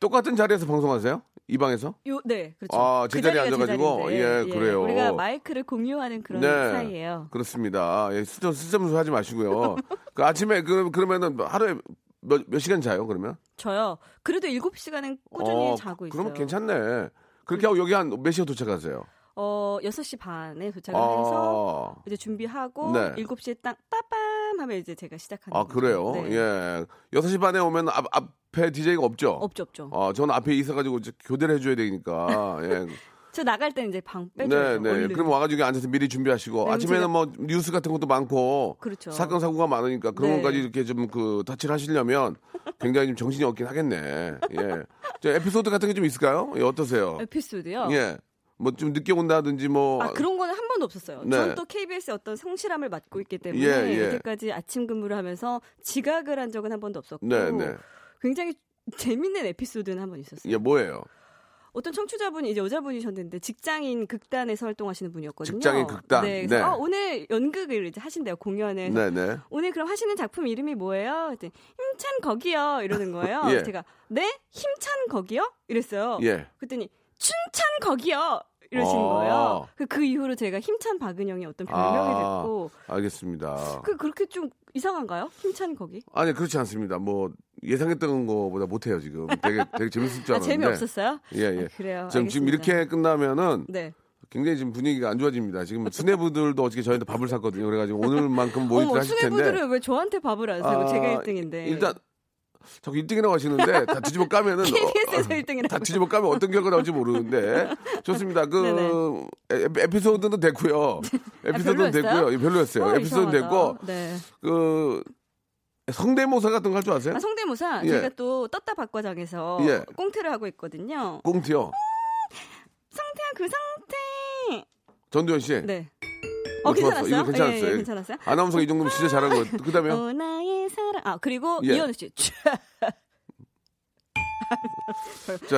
C: 똑같은 자리에서 방송하세요? 이 방에서?
F: 요, 네, 그렇죠.
C: 아,
F: 그
C: 제자리에
F: 자리가
C: 앉아가지고?
F: 제자리인데,
C: 예, 그래요. 네.
F: 우리가 마이크를 공유하는 그런 사이예요.
C: 그렇습니다. 예, 쓸데없- 쓸데없는 소리 하지 마시고요. 그 아침에 그, 그러면은 하루에 몇, 몇 시간 자요, 그러면?
F: 저요. 그래도 7시간은 꾸준히
C: 어,
F: 자고 있어요.
C: 그러면 괜찮네. 그렇게 하고 여기 한 몇 시에 도착하세요?
F: 어, 6시 반에 도착을 해서
C: 아,
F: 이제 준비하고
C: 네.
F: 7시에 딱 빠밤 하면 이제 제가 시작하는
C: 아, 그래요?
F: 거죠. 네.
C: 예. 6시 반에 오면 앞, 앞에 DJ가 없죠?
F: 없죠, 없죠.
C: 아, 저는 앞에 있어가지고 이제 교대를 해줘야 되니까. 예.
F: 저 나갈 때는 이제 방
C: 네,
F: 빼줘요.
C: 네. 그럼 와가지고 앉아서 미리 준비하시고
F: 네,
C: 아침에는
F: 제가-
C: 뭐 뉴스 같은 것도 많고
F: 그렇죠.
C: 사건 사고가 많으니까 그런
F: 네.
C: 것까지 이렇게 좀 그 다치를 하시려면 굉장히 좀 정신이 없긴 하겠네. 예. 저 에피소드 같은 게 좀 있을까요? 예, 어떠세요?
F: 에피소드요.
C: 예. 뭐 좀 늦게 온다든지 뭐
F: 아 그런 거는 한 번도 없었어요.
C: 네.
F: 저는 또 KBS의 어떤 성실함을 맡고 있기 때문에
C: 예, 예.
F: 이때까지 아침 근무를 하면서 지각을 한 적은 한 번도 없었고
C: 네, 네.
F: 굉장히 재밌는 에피소드는 한 번 있었어요.
C: 예, 뭐예요?
F: 어떤 청취자분이 이제 여자분이셨는데 직장인 극단에서 활동하시는 분이었거든요.
C: 직장인 극단.
F: 네. 그래서
C: 네.
F: 아, 오늘 연극을 이제 하신대요 공연을.
C: 네, 네.
F: 오늘 그럼 하시는 작품 이름이 뭐예요? 그랬더니 힘찬 거기요 이러는 거예요.
C: 예.
F: 제가 네 힘찬 거기요 이랬어요.
C: 예.
F: 그랬더니 춘찬 거기요 이러신
C: 아.
F: 거예요. 그, 그 이후로 제가 힘찬 박은영이 어떤 별명이
C: 아.
F: 됐고
C: 알겠습니다.
F: 그 그렇게 좀 이상한가요? 힘찬 거기?
C: 아니 그렇지 않습니다. 뭐 예상했던 거보다 못해요 지금. 되게 되게 재밌을 줄
F: 아,
C: 알았는데.
F: 재미없었어요?
C: 예, 네. 예.
F: 아, 그래요.
C: 지금, 지금
F: 알겠습니다.
C: 이렇게 끝나면은
F: 네.
C: 굉장히 지금 분위기가 안 좋아집니다. 지금 수뇌부들도 어저께 저희한테 밥을 샀거든요. 그래가지고 오늘만큼 모이기를
F: 어머
C: 하실 텐데.
F: 수뇌부들은 왜 저한테 밥을 안 사고
C: 아,
F: 제가 1등인데
C: 일단 어, 자꾸 1등이라고 하시는데 다 뒤집어 까면은
F: KBS에서
C: 어,
F: 1등이라고
C: 다 뒤집어 까면 어떤 결과 나올지 모르는데 좋습니다. 그 에- 에피소드는 됐고요. 에피소드는
F: 아, 별로였어요?
C: 됐고요. 예, 별로였어요.
F: 어,
C: 에피소드는
F: 이상하다.
C: 됐고
F: 네.
C: 그 성대모사 같은 거 할 줄 아세요?
F: 아, 성대모사
C: 예.
F: 제가 또 떴다 박과장에서
C: 예.
F: 꽁트를 하고 있거든요.
C: 꽁트요.
F: 성태야 그 성태.
C: 전두현 씨.
F: 네. 어
C: 이거 예. 좋았어.
F: 괜찮았어요?
C: 이거 괜찮았어요.
F: 예, 예, 괜찮았어요?
C: 아나운서가 이 정도면 진짜 잘한 거예요. 그다음에요.
F: 어, 나의 사랑. 아 그리고
C: 예.
F: 이현우 씨.
C: 자,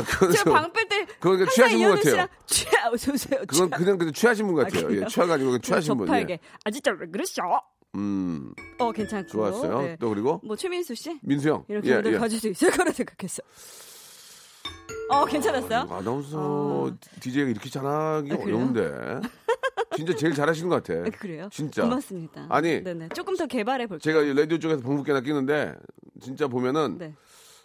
C: 그건
F: 제가
C: 좀-
F: 방뺄때
C: 그건 그냥 그러니까 취하신 분 같아요.
F: 취하 어서 오세요.
C: 그건 그냥 그냥 취하신 분 같아요.
F: 그래요?
C: 예, 취해가지고 그냥 취하신 분.
F: 접하게.
C: 예.
F: 아 진짜 왜 그랬어?
C: 음,
F: 어 괜찮고.
C: 좋았어요.
F: 네.
C: 또 예, 그리고
F: 뭐 최민수 씨
C: 민수 형.
F: 이렇게 오늘 가질 수 있을 거라 생각했어. 어 괜찮았어요?
C: 아, 아나운서
F: 어.
C: DJ가 이렇게 잘하기
F: 아, 그래요?
C: 어려운데. 진짜 제일 잘하시는 것 같아.
F: 아, 그래요?
C: 진짜.
F: 고맙습니다.
C: 아니.
F: 네네. 조금 더 개발해 볼게요.
C: 제가 이 라디오 쪽에서 방북개나 끼는데 진짜 보면은
F: 네.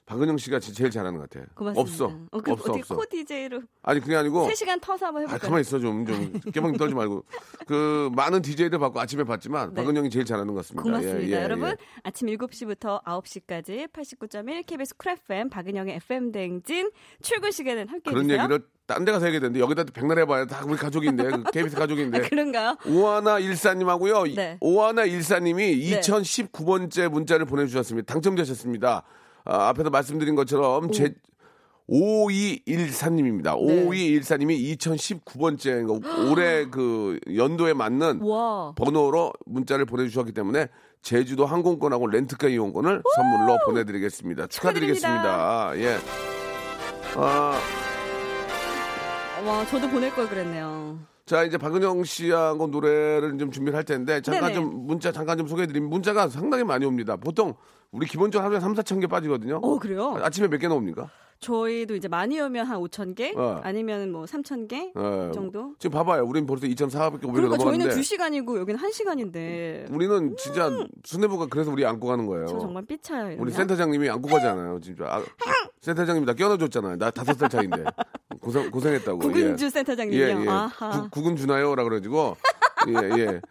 C: 박은영 씨가 지- 제일 잘하는 것 같아.
F: 고맙습니다.
C: 없어.
F: 어, 그,
C: 없어
F: 어떻게
C: 없어.
F: 코 DJ로
C: 아니 그게 아니고
F: 3시간 터서 한번
C: 아,
F: 해볼까요?
C: 가만히 있어 좀, 좀 깨방 떨지 말고. 그 많은 DJ를 받고 아침에 봤지만
F: 네.
C: 박은영이 제일 잘하는 것 같습니다.
F: 고맙습니다.
C: 예, 예, 예.
F: 여러분 아침 7시부터 9시까지 89.1 KBS 쿨 FM 박은영의 FM 대행진 출근 시간은 함께
C: 그런
F: 해주세요.
C: 얘기를 딴 데 가서 해야 되는데 여기다 백날 해봐야 다 우리 가족인데 그 KBS 가족인데
F: 아, 그런가요?
C: 오하나 일사님하고요. 이-
F: 네.
C: 오하나 일사님이
F: 네.
C: 2019번째 문자를 보내주셨습니다. 당첨되셨습니다. 아, 앞에서 말씀드린 것처럼 제 5214님입니다.
F: 네.
C: 5214님이 2019번째 올해 그 연도에 맞는
F: 와.
C: 번호로 문자를 보내주셨기 때문에 제주도 항공권하고 렌트카 이용권을 선물로 보내드리겠습니다. 축하드리겠습니다. 예. 아,
F: 와 저도 보낼 걸 그랬네요.
C: 자 이제 박은영 씨하고 노래를 좀 준비를 할 텐데 잠깐
F: 네네.
C: 좀 문자 잠깐 좀 소개해드리면 문자가 상당히 많이 옵니다. 보통 우리 기본적으로 하루에 3, 4천 개 빠지거든요.
F: 어 그래요?
C: 아, 아침에 몇 개나 옵니까?
F: 저희도 이제 많이 오면 한 5천 개
C: 어.
F: 아니면 뭐 3천 개
C: 예.
F: 정도.
C: 지금 봐봐요. 우린 벌써 2,400개 오히려
F: 그러니까 저희는
C: 넘어갔는데
F: 2시간이고 여기는 1시간인데
C: 우리는 진짜 수뇌부가 그래서 우리 안고 가는 거예요.
F: 저 정말 삐쳐요. 이러면.
C: 우리 센터장님이 안고 가잖아요. 진짜 아, 센터장님이 나 껴안아줬잖아요. 나 다섯 살 차인데 고생 고생했다고.
F: 구근주
C: 예.
F: 센터장님이요.
C: 예, 예.
F: 아하.
C: 구, 구근 주나요라 그래가지고 예, 예.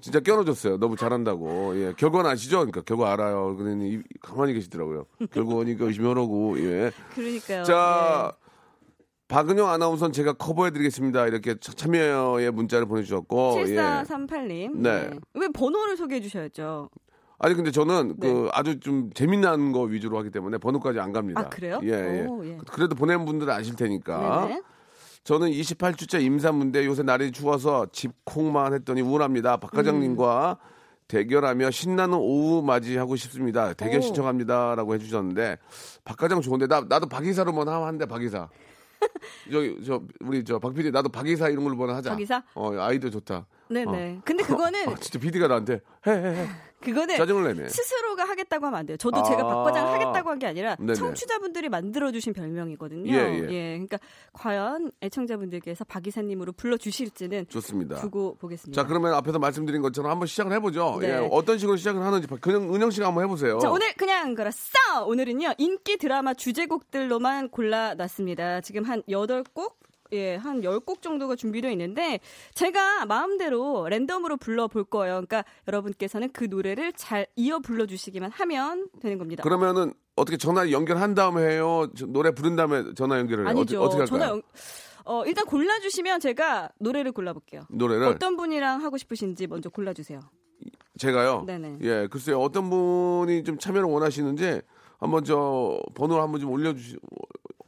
C: 진짜 껴안아줬어요. 너무 잘한다고. 예. 결과는 아시죠? 그러니까 결과 알아요. 그러니 이- 가만히 계시더라고요. 결과니까 의심하라고. 예.
F: 그러니까요. 어,
C: 자.
F: 예.
C: 박은영 아나운서는 제가 커버해드리겠습니다. 이렇게 참- 참여의 문자를 보내주셨고,
F: 네.
C: 예.
F: 7438님.
C: 네.
F: 왜 번호를 소개해 주셔야죠.
C: 아니 근데 저는
F: 네.
C: 그 아주 좀 재미난 거 위주로 하기 때문에 번호까지 안 갑니다.
F: 아, 그래요?
C: 예, 예.
F: 오, 예.
C: 그래도 보낸 분들은 아실 테니까.
F: 네네.
C: 저는
F: 음.
C: 28주째 임산부인데 요새 날이 추워서 집콕만 했더니 우울합니다. 박 과장님과 대결하며 신나는 오후 맞이하고 싶습니다. 대결
F: 오.
C: 신청합니다라고 해주셨는데 박과장 좋은데 나 나도 박이사로만 뭐 하- 한대 박이사. 저기 저 우리 저 박PD 나도 박이사 이런 걸로 번 하자.
F: 박이사?
C: 어 아이디어 좋다.
F: 네네. 근데 그거는
C: 아, 진짜 PD가 나한테 해해해
F: 그거는
C: 짜증을 내네.
F: 스스로가 하겠다고 하면 안 돼요. 저도
C: 아.
F: 제가 박과장 하겠다고 한 게 아니라
C: 네네.
F: 청취자분들이 만들어주신 별명이거든요.
C: 예, 예.
F: 그러니까 과연 애청자분들께서 박 이사님으로 불러주실지는
C: 좋습니다.
F: 두고 보겠습니다.
C: 자 그러면 앞에서 말씀드린 것처럼 한번 시작을 해보죠.
F: 네.
C: 예, 어떤 식으로 시작을 하는지 박- 그냥 은영 씨가 한번 해보세요.
F: 자, 오늘 그냥 그라 싸! 오늘은요, 인기 드라마 주제곡들로만 골라놨습니다. 지금 한 8곡? 예, 한 10곡 정도가 준비되어 있는데, 제가 마음대로 랜덤으로 불러볼 거예요. 그러니까 여러분께서는 그 노래를 잘 이어 불러주시기만 하면 되는 겁니다.
C: 그러면은 어떻게 전화 연결한 다음에 해요? 저- 노래 부른 다음에 전화 연결을 해요?
F: 아니죠.
C: 어떻게 할까요?
F: 전화 연- 어, 일단 골라주시면 제가 노래를 골라볼게요.
C: 노래를
F: 어떤 분이랑 하고 싶으신지 먼저 골라주세요.
C: 제가요.
F: 네네.
C: 예, 글쎄요. 어떤 분이 좀 참여를 원하시는지 한번 저 번호 한번 좀 올려주시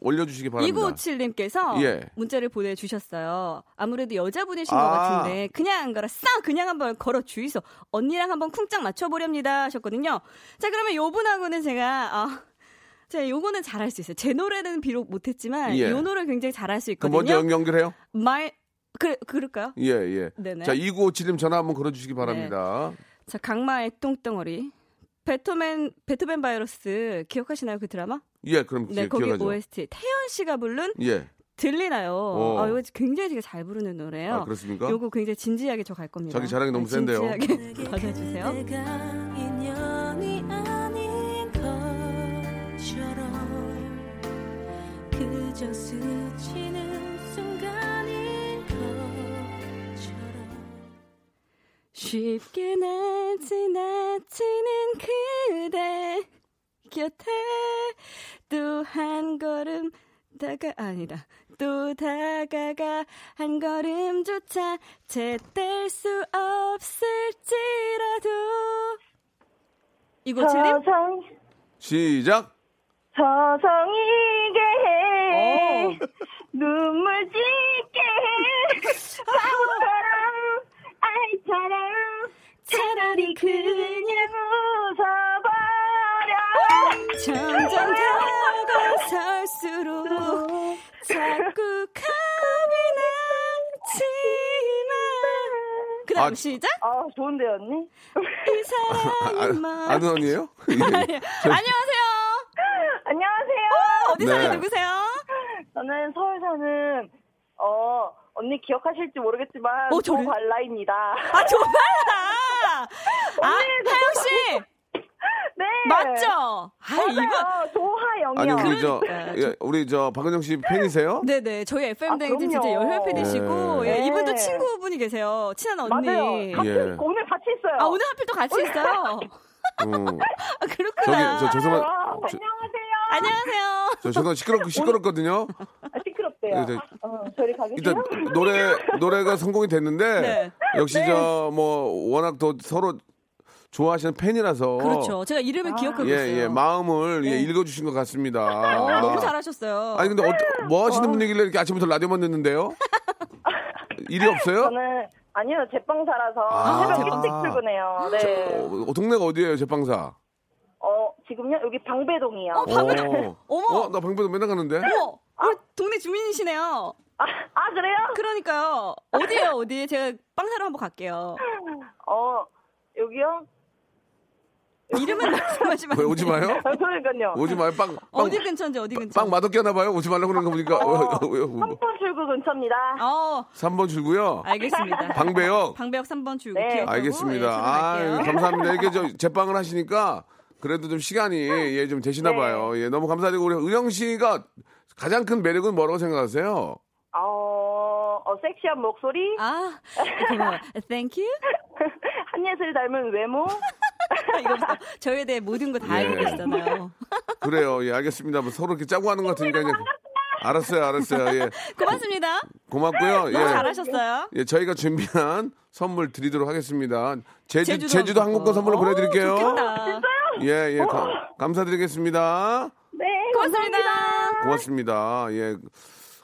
C: 올려주시기 바랍니다.
F: 2957님께서
C: 예.
F: 문자를 보내주셨어요. 아무래도 여자분이신 것
C: 아.
F: 같은데 그냥 안 걸어 싹 그냥 한번 걸어 주이소 언니랑 한번 쿵짝 맞춰보렵니다 하셨거든요. 자 그러면 요분하고는 제가 아, 제가 요거는 잘할 수 있어요. 제 노래는 비록 못했지만
C: 예.
F: 요 노래 굉장히 잘할 수
C: 그럼 먼저
F: 있거든요.
C: 연- 연결해요?
F: 말 그, 그럴까요?
C: 예, 예.
F: 네네. 네.
C: 자, 2957님 전화 한번 걸어주시기 바랍니다.
F: 자 강마의 똥덩어리 베토맨 베토벤 바이러스 기억하시나요 그 드라마?
C: 예, 그럼
F: 네
C: 기,
F: 거기
C: 기억하죠.
F: OST 태연 씨가 부른
C: 예.
F: 들리나요?
C: 어.
F: 아, 이거 굉장히 제가 잘 부르는 노래예요.
C: 아, 그렇습니까?
F: 네. 어. 요거 굉장히 진지하게 저 갈 겁니다.
C: 자기 자랑이 너무
F: 네,
C: 센데요.
F: 진지하게 받아주세요.
G: 그대가 인연이 아닌 것처럼 그저 스치는 순간인 것처럼
F: 쉽게 날 지나치는 그대 곁에 또 한 걸음 다가 아니다. 또 다가가 한 걸음조차 제뗄 수 없을지라도 이곳을
H: 저성
C: 시작.
H: 저성이게 해
F: 오.
H: 눈물 짓게 해 바보처럼 아이처럼
F: 차라리 그냥
H: 그냥 웃어버려
F: 점점 다가설수록 자꾸 감이 나지만 그 다음
C: 아,
F: 시작
H: 아 좋은데 언니
F: 이 사랑이
C: 아,
F: 막
C: 아는 언니예요? 예.
F: 안녕하세요
H: 안녕하세요
F: 어디 사는
C: 네.
F: 누구세요?
H: 저는 서울 사는 어 언니 기억하실지 모르겠지만
F: 어, 저를?
H: 조발라입니다
F: 아 조발라 아 하영씨
H: 네
F: 맞죠? 아 이거
H: 맞아요 조하영이요
C: 아니 우리 저
F: 그러니까요.
C: 예, 우리 저 박은영 씨 팬이세요?
F: 네네 저희 FM
H: 아,
F: 댕진 진짜
H: 그럼요.
F: 열혈 팬이시고
H: 네.
F: 예, 이분도 친구분이 계세요 친한 언니
H: 맞아요 같이,
C: 예.
H: 오늘 같이 있어요
F: 아 오늘 하필 또 같이 있어요
C: 음.
F: 아,
C: 저기
F: 그렇구나
C: 저 죄송한
H: 아,
C: 저,
H: 안녕하세요
F: 안녕하세요
C: 저 죄송 시끄럽 시끄럽거든요.
H: 아, 시끄럽대요.
C: 네, 네.
H: 어, 저리 가겠어요?
C: 일단 그- 노래 노래가 성공이 됐는데
F: 네.
C: 역시 저 뭐 워낙 더 서로 좋아하시는 팬이라서
F: 그렇죠. 제가 이름을
H: 아.
F: 기억하고 있어요.
C: 어. 예, 예, 마음을 예, 읽어주신 것 같습니다. 아.
F: 어, 너무 잘하셨어요.
C: 아니 근데 어떠- 뭐 하시는 분이길래 이렇게 아침부터 라디오만 듣는데요? 일이 없어요?
H: 저는 아니요 제빵 사라서
C: 아,
H: 새벽
C: 제빵.
H: 일찍 출근해요. 네.
C: 어, 동네가 어디예요, 제빵사?
H: 어 지금요 여기 방배동이요.
C: 어,
F: 어머.
C: 어, 나 방배동 맨날 가는데.
F: 어머, 우리 동네 주민이시네요.
H: 아, 아, 그래요?
F: 그러니까요. 어디예요, 어디? 제가 빵 사러 한번 갈게요. 그-
H: 어 여기요?
F: 이름은 말씀하지
C: 왜
F: 마세요.
C: 오지 마요?
H: 아, 그러니까요.
C: 오지 마요. 빵, 빵,
F: 어디 근처인지 어디 근처.
C: 빵 맛없게 하나 봐요. 오지 말라고 그러는 거 보니까. 어, 왜, 왜, 왜.
H: 삼번 출구 근처입니다.
F: 어,
C: 3번 줄고요.
F: 알겠습니다.
C: 방배역.
F: 아, 방배역 3번 출구
H: 네.
F: 기억하고
C: 알겠습니다.
F: 예, 저도 갈게요.
C: 아, 감사합니다. 이렇게 저 제빵을 하시니까 그래도 좀 시간이 예, 좀 되시나
H: 네.
C: 봐요. 예, 너무 감사드리고 우리 은영 씨가 가장 큰 매력은 뭐라고 생각하세요?
H: 어, 어, 섹시한 목소리,
F: 아, 고마워. Thank you.
H: 한예슬 닮은 외모.
F: 아, 이거 보세요. 저에 대해 모든 거 다 알고
C: 예.
F: 계시잖아요.
C: 그래요. 예, 알겠습니다. 뭐 서로 이렇게 짜고 하는 것 같으니까 이제 알았어요, 알았어요. 예,
F: 고맙습니다.
C: 고맙고요.
F: 너무
C: 예.
F: 잘하셨어요.
C: 예, 저희가 준비한 선물 드리도록 하겠습니다. 제주,
F: 제주도
C: 제주도 항공권 선물로
F: 어,
C: 보내드릴게요.
F: 좋겠다.
C: 예, 예, 가- 감사드리겠습니다.
H: 네.
F: 고맙습니다. 아,
C: 고맙습니다. 예.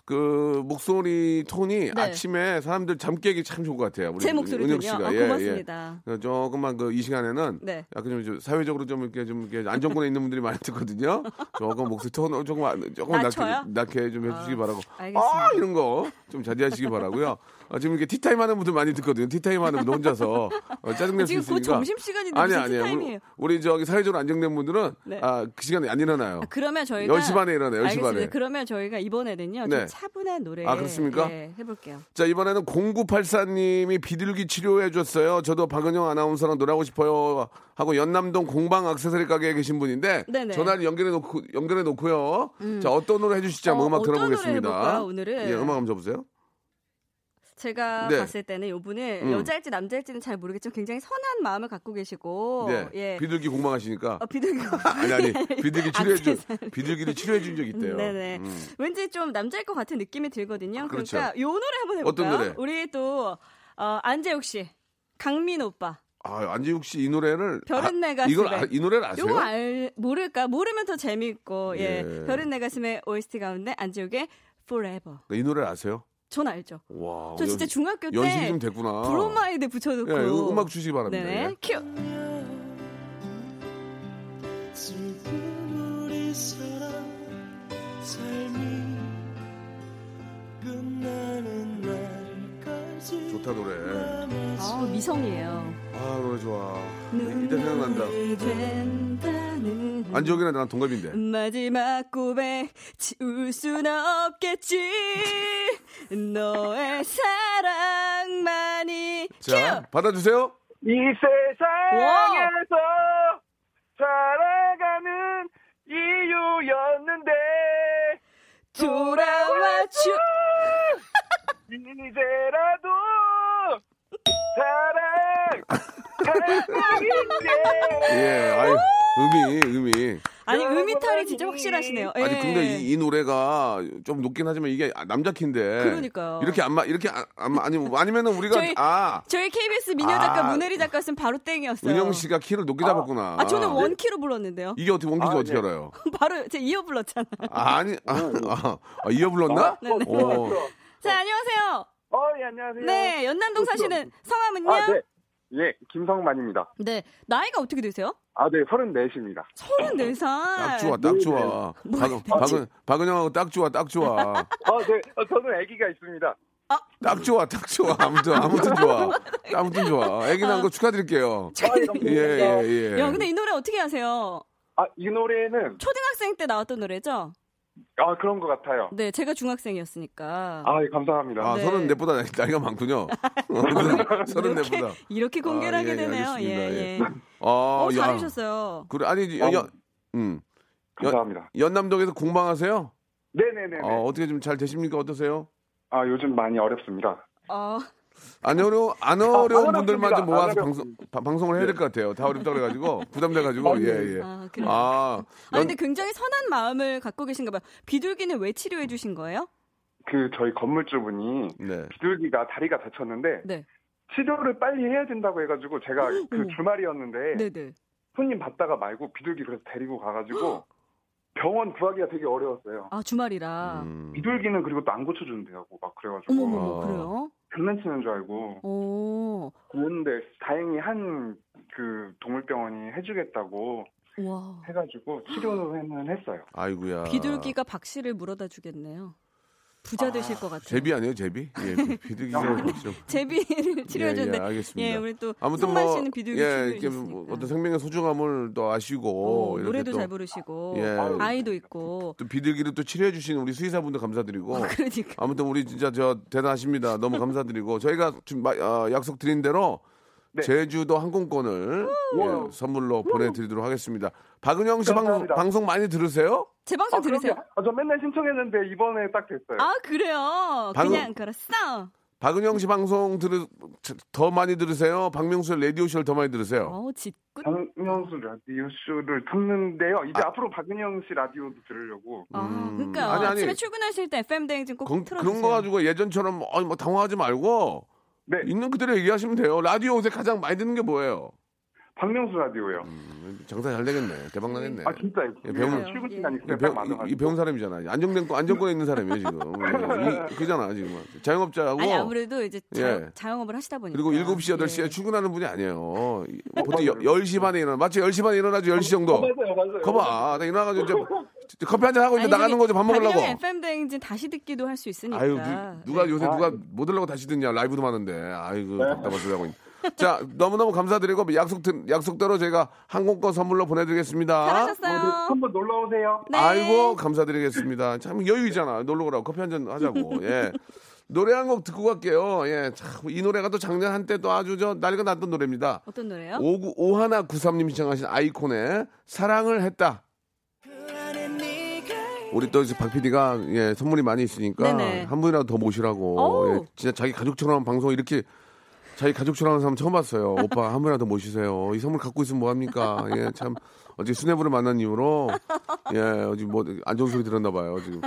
C: 그 목소리 톤이
F: 네.
C: 아침에 사람들 잠 깨기 참 좋을 것 같아요. 우리
F: 제 목소리군요.
C: 은혁 씨가.
F: 아, 고맙습니다.
C: 그래서 조금만 그 이 시간에는
F: 네.
C: 약간 좀 이제 사회적으로 좀 이렇게 좀 이렇게 안정권에 있는 분들이 많이 듣거든요. 조금 목소리 톤을 조금 안- 조금 낮게,
F: 낮춰요?
C: 낮게 좀 해주시기 바라고.
F: 알겠습니다.
C: 아 이런 거 좀 자제하시기 바라고요. 아, 지금 이렇게 티타임 하는 분들 많이 듣거든요. 티타임 하는 분들 혼자서 어, 짜증낼 수
F: 지금 곧
C: 있으니까.
F: 점심시간인데 무슨 티타임이에요?
C: 우리, 우리 저기 사회적으로 안정된 분들은
F: 네.
C: 아, 그 시간에 안 일어나요.
F: 아, 그러면 저희가
C: 10시 반에 일어나요, 10시
F: 알겠습니다.
C: 반에.
F: 그러면 저희가 이번에는요.
C: 네.
F: 좀 차분한 노래
C: 아, 그렇습니까?
F: 예, 해볼게요.
C: 자 이번에는 0984님이 비둘기 치료해줬어요. 저도 박은영 아나운서랑 놀아고 싶어요 하고 연남동 공방 악세사리 가게에 계신 분인데
F: 네네. 음.
C: 전화를 연결해 놓고 연결해 놓고요. 자 어떤 노래 해주실지 한번
F: 어,
C: 음악
F: 어떤
C: 들어보겠습니다.
F: 노래 해볼까요, 오늘은?
C: 예, 음악 한번 줘보세요.
F: 제가
C: 네.
F: 봤을 때는 이분은
C: 음.
F: 여자일지 남자일지는 잘 모르겠지만 굉장히 선한 마음을 갖고 계시고
C: 네,
F: 예.
C: 비둘기 공방 하시니까
F: 어, 비둘기
C: 아니 아니 비둘기 치료해준
F: 악세사리.
C: 비둘기를 치료해준 적 있대요.
F: 네네.
C: 음.
F: 왠지 좀 남자일 것 같은 느낌이 들거든요. 그러니
C: 그렇죠.
F: 까요 노래 한번 해볼까요?
C: 어떤 노래?
F: 우리 또 어, 안재욱 씨, 강민 오빠.
C: 아 안지욱 씨 이 노래를
F: 별은
C: 아,
F: 내 가슴에.
C: 이걸 아, 이 노래를 아세요?
F: 요거 알 모를까? 모르면 더 재미있고. 예.
C: 예.
F: 별은 내 가슴에 OST 가운데 안재욱의 Forever.
C: 네, 이 노래를 아세요?
F: 전 알죠.
C: 와,
F: 저 진짜
C: 연-
F: 중학교 때
C: 연식이 좀 됐구나.
F: 브로마이드 붙여놓고.
C: 아. 예, 이거 음악 주시기 바랍니다.
F: 네네.
C: 예.
F: 큐.
A: 슬픈 우리 사랑 삶이 끝나는 날까지
C: 좋다 노래.
F: 아 미성이에요.
C: 아 노래 좋아. 네, 이때 생각난다.
F: 된다는
C: 안지혁이랑 나랑 동갑인데.
F: 음. 마지막 고백 지울 순 없겠지 너의 사랑만이
C: 자, 받아주세요.
A: 이 세상에서 살아가는 이유였는데
F: 큐! 돌아와줘
A: 이제라도 사랑
C: 예, 아유, 음이, 음이.
F: 아니 음이탈이 진짜 확실하시네요
C: 아니,
F: 예.
C: 근데 이, 이 노래가 좀 높긴 하지만 이게 아, 남자 키인데.
F: 그러니까요.
C: 이렇게 안, 마, 이렇게 안, 안 마- 아니, 아니면은 우리가,
F: 저희-
C: 아,
F: 저희 KBS 미녀 작가
C: 아.
F: 문혜리 작가였으면 바로 땡이었어요
C: 은영 씨가 키를 높게 잡았구나. 예.
F: 아 저는 원키로 불렀는데요
C: 이게 어떻게 원키지
A: 아,
C: 어떻게
A: 네.
C: 알아요?
F: 바로 제 이어 불렀잖아
C: 아, 아니, 아, 아, 아, 이어 불렀나?
F: 네네.
C: 오,
F: 자 안녕하세요
A: 어예 안녕하세요
F: 네 연남동 사시는 성함은요
I: 아, 네. 예, 김성만입니다.
F: 네 나이가 어떻게 되세요?
I: 아, 네, 34입니다.
F: 34살
C: 딱 좋아, 딱 좋아. 박은, 박은, 박은영하고 딱 좋아, 딱 좋아.
I: 아, 네, 어, 저는 아기가 있습니다.
C: 딱 좋아, 딱 좋아. 아무튼, 아무튼 좋아. 아무튼 좋아. 애기 낳은 거 축하드릴게요. 예, 예, 예.
F: 야, 근데 이 노래 어떻게 아세요?
I: 아, 이 노래는,
F: 초등학생 때 나왔던 노래죠?
I: 아, 그런 것 같아요.
F: 네, 제가 중학생이었으니까.
I: 아, 예, 감사합니다.
C: 아,
F: 네.
C: 서른 넷보다 나이- 나이가 많군요. 서른
F: 이렇게,
C: 넷보다.
F: 이렇게 공개를
C: 아,
F: 하게
C: 예, 예,
F: 되네요. 예,
C: 알겠습니다.
F: 예.
C: 아,
F: 어,
C: 야.
F: 잘하셨어요.
C: 그래, 아니, 여, 여, 음.
I: 감사합니다.
C: 연남동에서 공방하세요?
I: 네네네.
C: 어, 어떻게 좀 잘 되십니까? 어떠세요?
I: 아, 요즘 많이 어렵습니다.
F: 어,
C: 안 어려 안 어려운
I: 안
C: 분들만 좀
I: 어렵습니다.
C: 모아서
I: 안
C: 방송 바- 방송을 해야 될 것 같아요. 다 어렵다 그래가지고 부담돼가지고 예 예.
F: 아, 그래요?
C: 아,
F: 아,
C: 연-
F: 근데 굉장히 선한 마음을 갖고 계신가 봐요. 비둘기는 왜 치료해 주신 거예요?
I: 그, 저희 건물주분이
C: 네.
I: 비둘기가 다리가 다쳤는데,
F: 네.
I: 치료를 빨리 해야 된다고 해가지고, 제가 그
F: 어머.
C: 예.
I: 주말이었는데,
F: 네네.
I: 손님 받다가 말고 비둘기 그래서 데리고 가가지고, 병원 구하기가 되게 어려웠어요.
F: 아, 주말이라.
C: 음.
I: 비둘기는 그리고 또 안 고쳐준대요. 막 그래가지고.
F: 어머머머,
C: 아.
F: 그래요?
I: 장난치는 줄 알고
F: 오,
I: 그런데 다행히 한 그 동물병원이 해주겠다고
F: 와.
I: 해가지고 치료는 했어요.
C: 아이고야.
F: 비둘기가 박씨를 물어다 주겠네요. 부자 되실 것 같아요.
C: 제비 아니에요 제비? 예, 비- 비둘기가 좀. 그렇죠.
F: 제비를 치료해
C: 예,
F: 주는데
C: 예, 알겠습니다.
F: 예, 우리 또
C: 아무튼
F: 성만
C: 뭐
F: 씨는 비둘기
C: 예,
F: 친구이시니까.
C: 이렇게 뭐 어떤 생명의 소중함을 또 아시고
F: 어,
C: 이렇게
F: 노래도
C: 또,
F: 잘 부르시고
C: 예.
F: 아이도 있고
C: 또 비둘기를 또 치료해 주신 우리 수의사분들 감사드리고
F: 그러니까
C: 아무튼 우리 진짜 저 대단하십니다. 너무 감사드리고 저희가 지금 마- 어, 약속 드린 대로
I: 네.
C: 제주도 항공권을 예, 선물로 보내드리도록 하겠습니다. 박은영 씨 방송,
I: 감사합니다.
C: 방송 많이 들으세요?
F: 재방송 들으세요.
I: 그럼요. 아, 저 맨날 신청했는데 이번에 딱 됐어요.
F: 아 그래요.
C: 방금-
F: 그냥 그랬어.
C: 박은영 씨 방송 들으 더 많이 들으세요? 박명수의 라디오 쇼를 더 많이 들으세요?
F: 어 짓궂.
I: 박명수 라디오 쇼를 듣는데요.
C: 아.
I: 이제 앞으로 박은영 씨 라디오도 들으려고.
F: 아 그러니까
C: 음. 아니, 아니.
F: 아침에 출근하실 때 FM 대행 좀꼭
C: 건-
F: 틀어주세요.
C: 그런 거 가지고 예전처럼 어, 뭐 당황하지 말고
I: 네,
C: 있는 그대로 얘기하시면 돼요. 라디오 요새 가장 많이 듣는 게 뭐예요?
I: 박명수 라디오예요.
C: 장사 잘 되겠네. 대박 음, 나겠네.
I: 아 진짜요.
C: 예, 배운-
I: 출근 시간이
C: 이
I: 그때 딱
C: 배운, 이
I: 맞아가지고.
C: 배운 사람이잖아. 안정된 거 안정권에 있는 사람이에요 지금. 음, 이, 그잖아 지금. 자영업자하고
F: 아니 아무래도 그러니까. 이제 자,
C: 예.
F: 자영업을 하시다 보니까 예.
C: 그리고 7시, 8시에 출근하는 분이 아니에요. 이- 뭐 보통 여, 10시 반에 일어나. 마치 10시 반에 일어나죠. 10시 정도.
I: 맞아요, 맞아요.
C: 거봐. 나 일어나가지고 이제 커피 한잔 하고 이제 나가는 거죠. 밥 먹으려고.
F: FM 대행진 다시 듣기도 할 수 있으니까. 네.
C: 아유, 누, 누가 요새 누가 못 들려고 다시 듣냐. 라이브도 많은데. 아이고, 답답하시고 하고 있네. 자, 너무너무 감사드리고 뭐 약속 드- 약속대로 제가 항공권 선물로 보내 드리겠습니다.
F: 잘하셨어요.
I: 한번 놀러 오세요.
F: 네.
C: 아이고 감사드리겠습니다. 참 여유잖아. 놀러 오라고 커피 한 잔 하자고. 예. 노래 한 곡 듣고 갈게요. 예. 참, 이 노래가 또 작년 한때 또 아주 저 난리가 났던 노래입니다.
F: 어떤 노래요?
C: 오구 오하나 구삼님 신청하신 아이콘의 사랑을 했다. 우리 또 이제 박 PD가 예, 선물이 많이 있으니까
F: 네네.
C: 한 분이라도 더 모시라고.
F: 어우.
C: 예, 진짜 자기 가족처럼 방송 이렇게 자기 가족처럼 하는 사람 처음 봤어요. 오빠 한 분이라도 모시세요. 이 선물 갖고 있으면 뭐 합니까? 예, 참 어제 수뇌부를 만난 이후로 예, 어제 뭐 안 좋은 소리 들었나 봐요 지금.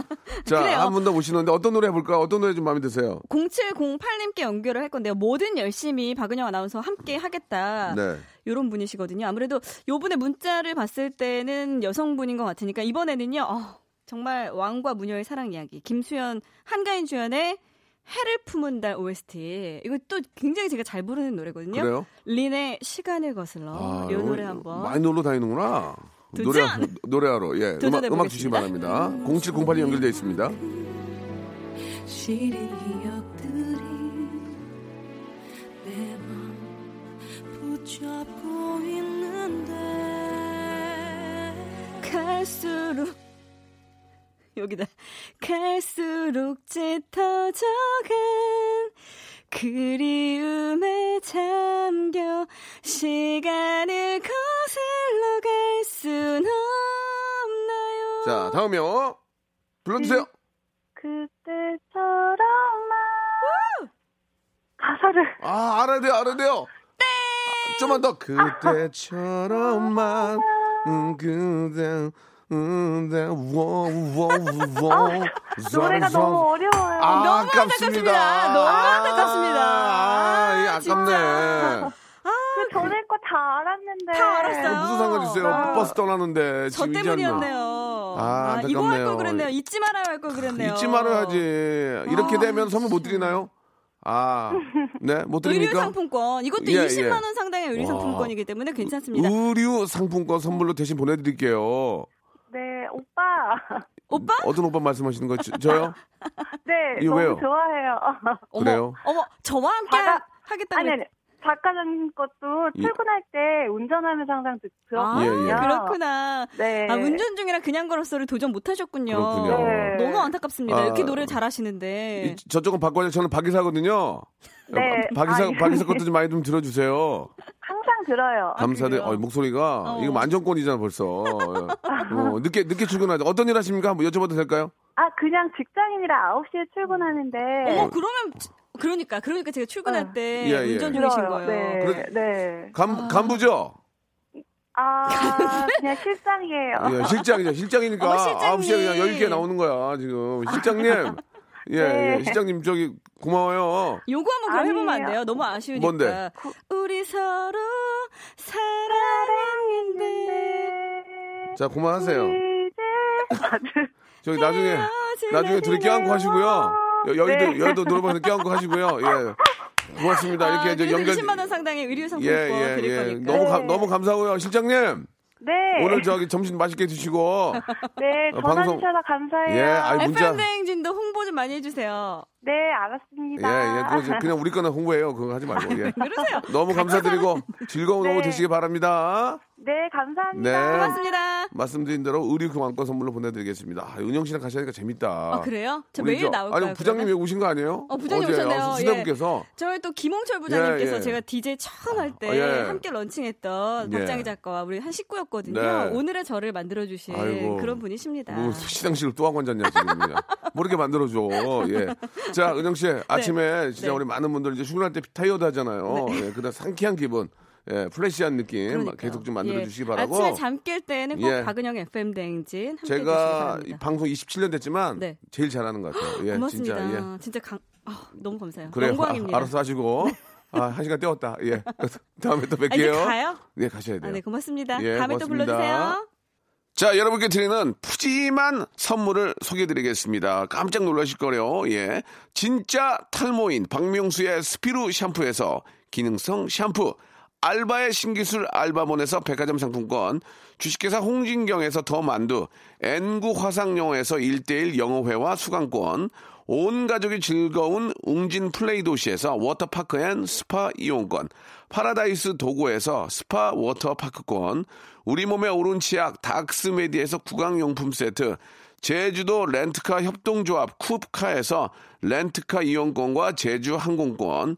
C: 자
F: 그래요.
C: 한 분 더 모시는데 어떤 노래 해볼까? 어떤 노래 좀 마음에 드세요?
F: 0708님께 연결을 할 건데요. 뭐든 열심히 박은영 아나운서 함께 하겠다.
C: 네.
F: 이런 분이시거든요. 아무래도 요번에 문자를 봤을 때는 여성분인 것 같으니까 이번에는요. 어, 정말 왕과 무녀의 사랑 이야기. 김수현 한가인 주연의 해를 품은 달 OST. 이거 또 굉장히 제가 잘 부르는 노래거든요.
C: 그래요?
F: 린의 시간을 거슬러. 이 어, 노래
C: 아, 이거
F: 한번.
C: 많이 놀러 다니는구나.
F: 도전!
C: 노래 노래하러 예 음악,
F: 도전해보겠습니다.
C: 음악 주시기 바랍니다. 0708이 연결돼 있습니다.
G: 시린 기억들이 내맘 붙잡고 있는데
F: 갈수록 여기다 갈수록 짙어져간 그리움에 잠겨 시간을 거슬러 갈 순 없나요?
C: 자 다음이요. 불러주세요.
F: 우!
H: 가사를
C: 아 알아야 돼요 알아야 돼요. 아, 좀만 더 그때처럼만 음, 그대 음, 그대 우워우워우워
H: 노래가 너무 어려워요.
F: 너무 안타깝습니다. 너무 안타깝습니다.
C: 아, 이
F: 아,
C: 아깝네.
H: 그 전에 거 다 알았는데.
F: 다 알았어요.
C: 무슨 상관이세요?
F: 아.
C: 버스 떠나는데
F: 저
C: 지금 이제 안 나.
F: 때문이었네요.
C: 아,
F: 이거 할
C: 안타깝네요.
F: 걸 그랬네요. 잊지 말아야 할 걸 그랬네요.
C: 잊지 말아야지. 이렇게 되면 선물 못 드리나요? 아, 네, 못 드립니까?
F: 의류 상품권 이것도
C: 예,
F: 20만
C: 예.
F: 원 상당의 의류
C: 와.
F: 상품권이기 때문에 괜찮습니다.
C: 의류 상품권 선물로 대신 보내드릴게요.
H: 네, 오빠.
F: 오빠?
C: 어떤 오빠 말씀하시는 거 저, 요
H: 네,
C: 이거
H: 너무
C: 왜요?
H: 좋아해요.
F: 어머,
C: 그래요?
F: 어머, 저와 함께
H: 바다-
F: 하겠다는
H: 아니, 아니. 작가님 것도
C: 예.
H: 출근할 때 운전하면서 항상 듣-
F: 아,
C: 예,
H: 들었거든요.
C: 예.
F: 그렇구나.
H: 네.
F: 아, 운전 중이라 그냥 걸어서를 도전 못 하셨군요.
C: 그렇군요.
H: 네.
F: 너무 안타깝습니다.
C: 아,
F: 이렇게 노래 잘하시는데.
C: 이- 저쪽은 박과장, 저는 박이사거든요.
H: 네.
C: 박이사,
H: 아니.
C: 박이사 것도 좀 많이 좀 들어주세요.
H: 항상 들어요.
C: 감사드
F: 아,
C: 어,
F: 그래요?
C: 목소리가
F: 어.
C: 이거 안정권이잖아 벌써. 어, 늦게 늦게 출근하죠. 어떤 일 하십니까? 한번 여쭤봐도 될까요?
H: 아, 그냥 직장인이라 9시에 출근하는데.
F: 음. 어머, 그러면 지- 그러니까 그러니까 제가 출근할
H: 어.
F: 때
C: 네. 예, 예.
F: 운전 중이신
H: 들어요.
F: 거예요.
H: 네.
C: 그래-
H: 네.
C: 간 간부죠.
H: 아, 그냥 실상이에요.
C: 예, 실장이죠. 실장이니까
F: 어머, 실장님.
C: 아홉 시에 그냥 열 개 나오는 거야 지금. 실장님. 예,
H: 네.
C: 예, 실장님 저기 고마워요.
F: 요거 한번 그럼 해보면 안
H: 아니에요.
F: 돼요? 너무 아쉬우니까.
C: 뭔데?
F: 우리 서로 사랑인데
C: 자 그만하세요.
F: 네.
H: 이제 아주
C: 저기 나중에 나중에 둘이 껴안고 하시고요. 여, 여의도
H: 네.
C: 여의도 노래방에서 껴안고 하시고요. 예, 고맙습니다. 이렇게
F: 아,
C: 이제
F: 그래도
C: 연결.
F: 20만 원 상당의 의류
C: 예,
F: 상품권
C: 예,
F: 드릴
C: 예.
F: 거니까. 네.
C: 너무 감 너무 감사하고요, 실장님.
H: 네.
C: 오늘 저기 점심 맛있게 드시고
H: 네,
C: 어,
H: 전화
C: 방송-
H: 주셔서 감사해요.
C: 예, 아이 문자
F: FM 대행진도 홍보 좀 많이 해주세요.
H: 네,
C: 예,
H: 알았습니다.
C: 예, 그거 저- 그냥 우리 거나 홍보해요. 그거 하지 말고. 예.
F: 그러세요.
C: 너무 감사드리고 즐거운 오후
H: 네.
C: 되시기 바랍니다.
H: 네, 감사합니다.
C: 네.
F: 고맙습니다.
C: 말씀드린 대로 의류 교환권 선물로 보내드리겠습니다. 아, 은영 씨랑 같이 하니까 재밌다.
F: 아, 그래요? 저
C: 우리
F: 매일
C: 저-
F: 나올까요?
C: 아니, 부장님 여기 오신 거 아니에요?
F: 어, 부장님
C: 어제
F: 오셨네요.
C: 수뇌부께서
F: 저희 또 김홍철 부장님께서
C: 예, 예.
F: 제가 DJ 처음 할 때
C: 아, 예. 식구였거든요.
F: 함께 런칭했던
C: 예.
F: 박장희 작가와 우리 한 식구였거든요.
C: 네.
F: 오늘의 저를 만들어주신
C: 아이고.
F: 그런 분이십니다.
C: 뭐 시상식을 또 하고 앉았냐 지금 그냥. 모르게 만들어줘. 예. 자 은영 씨 아침에 진짜
F: 네.
C: 우리 많은 분들 이제 출근할 때 타이어드 하잖아요. 예, 그다 상쾌한 기분, 예, 플래시한 느낌
F: 그러니까요.
C: 계속 좀 만들어 주시기
F: 예.
C: 바라고.
F: 아침에 잠 깰 때는 꼭
C: 예.
F: 박은영 FM 대행진 함께 해주시기
C: 제가 이
F: 바랍니다.
C: 방송 27년 됐지만
F: 네.
C: 제일 잘하는 것 같아요. 예,
F: 고맙습니다.
C: 진짜 예.
F: 진짜 강, 아, 너무 감사해요.
C: 그래요.
F: 영광입니다. 네.
C: 아, 알아서 하시고 아, 한 시간 때웠다. 예. 다음에 또
F: 아, 이제
C: 뵐게요.
F: 가요?
C: 네, 가셔야
F: 아,
C: 돼요.
F: 네, 고맙습니다.
C: 예,
F: 다음에 또
C: 고맙습니다.
F: 불러주세요.
C: 자, 여러분께 드리는 푸짐한 선물을 소개드리겠습니다. 깜짝 놀라실 거래요. 예. 진짜 탈모인 박명수의 스피루 샴푸에서 기능성 샴푸. 알바의 신기술 알바몬에서 백화점 상품권, 주식회사 홍진경에서 더 만두, N구 화상영어에서 1대1 영어회화 수강권, 온 가족이 즐거운 웅진 플레이 도시에서 워터파크 앤 스파 이용권, 파라다이스 도고에서 스파 워터파크권, 우리 몸의 오른 치약 닥스메디에서 구강용품 세트, 제주도 렌트카 협동조합 쿱카에서 렌트카 이용권과 제주 항공권,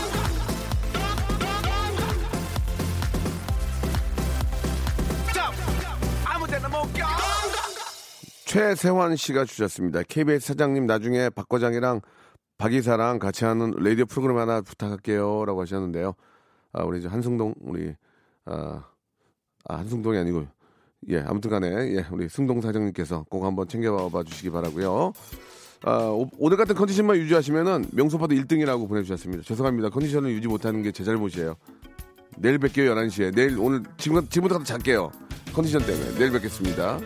C: 최세환 씨가 주셨습니다. KBS 사장님 나중에 박 과장이랑 박 이사랑 같이 하는 라디오 프로그램 하나 부탁할게요라고 하셨는데요. 아, 우리 이제 한승동 우리 아, 아, 한승동이 아니고 예 아무튼간에 예 우리 승동 사장님께서 꼭 한번 챙겨봐 주시기 바라고요. 아, 오- 오늘 같은 컨디션만 유지하시면은 명소파도 1등이라고 보내주셨습니다. 죄송합니다. 컨디션을 유지 못하는 게 제 잘못이에요. 내일 뵐게요 11시에. 내일 오늘 지금 지금부터 가서 잘게요. 컨디션 때문에 내일 뵙겠습니다.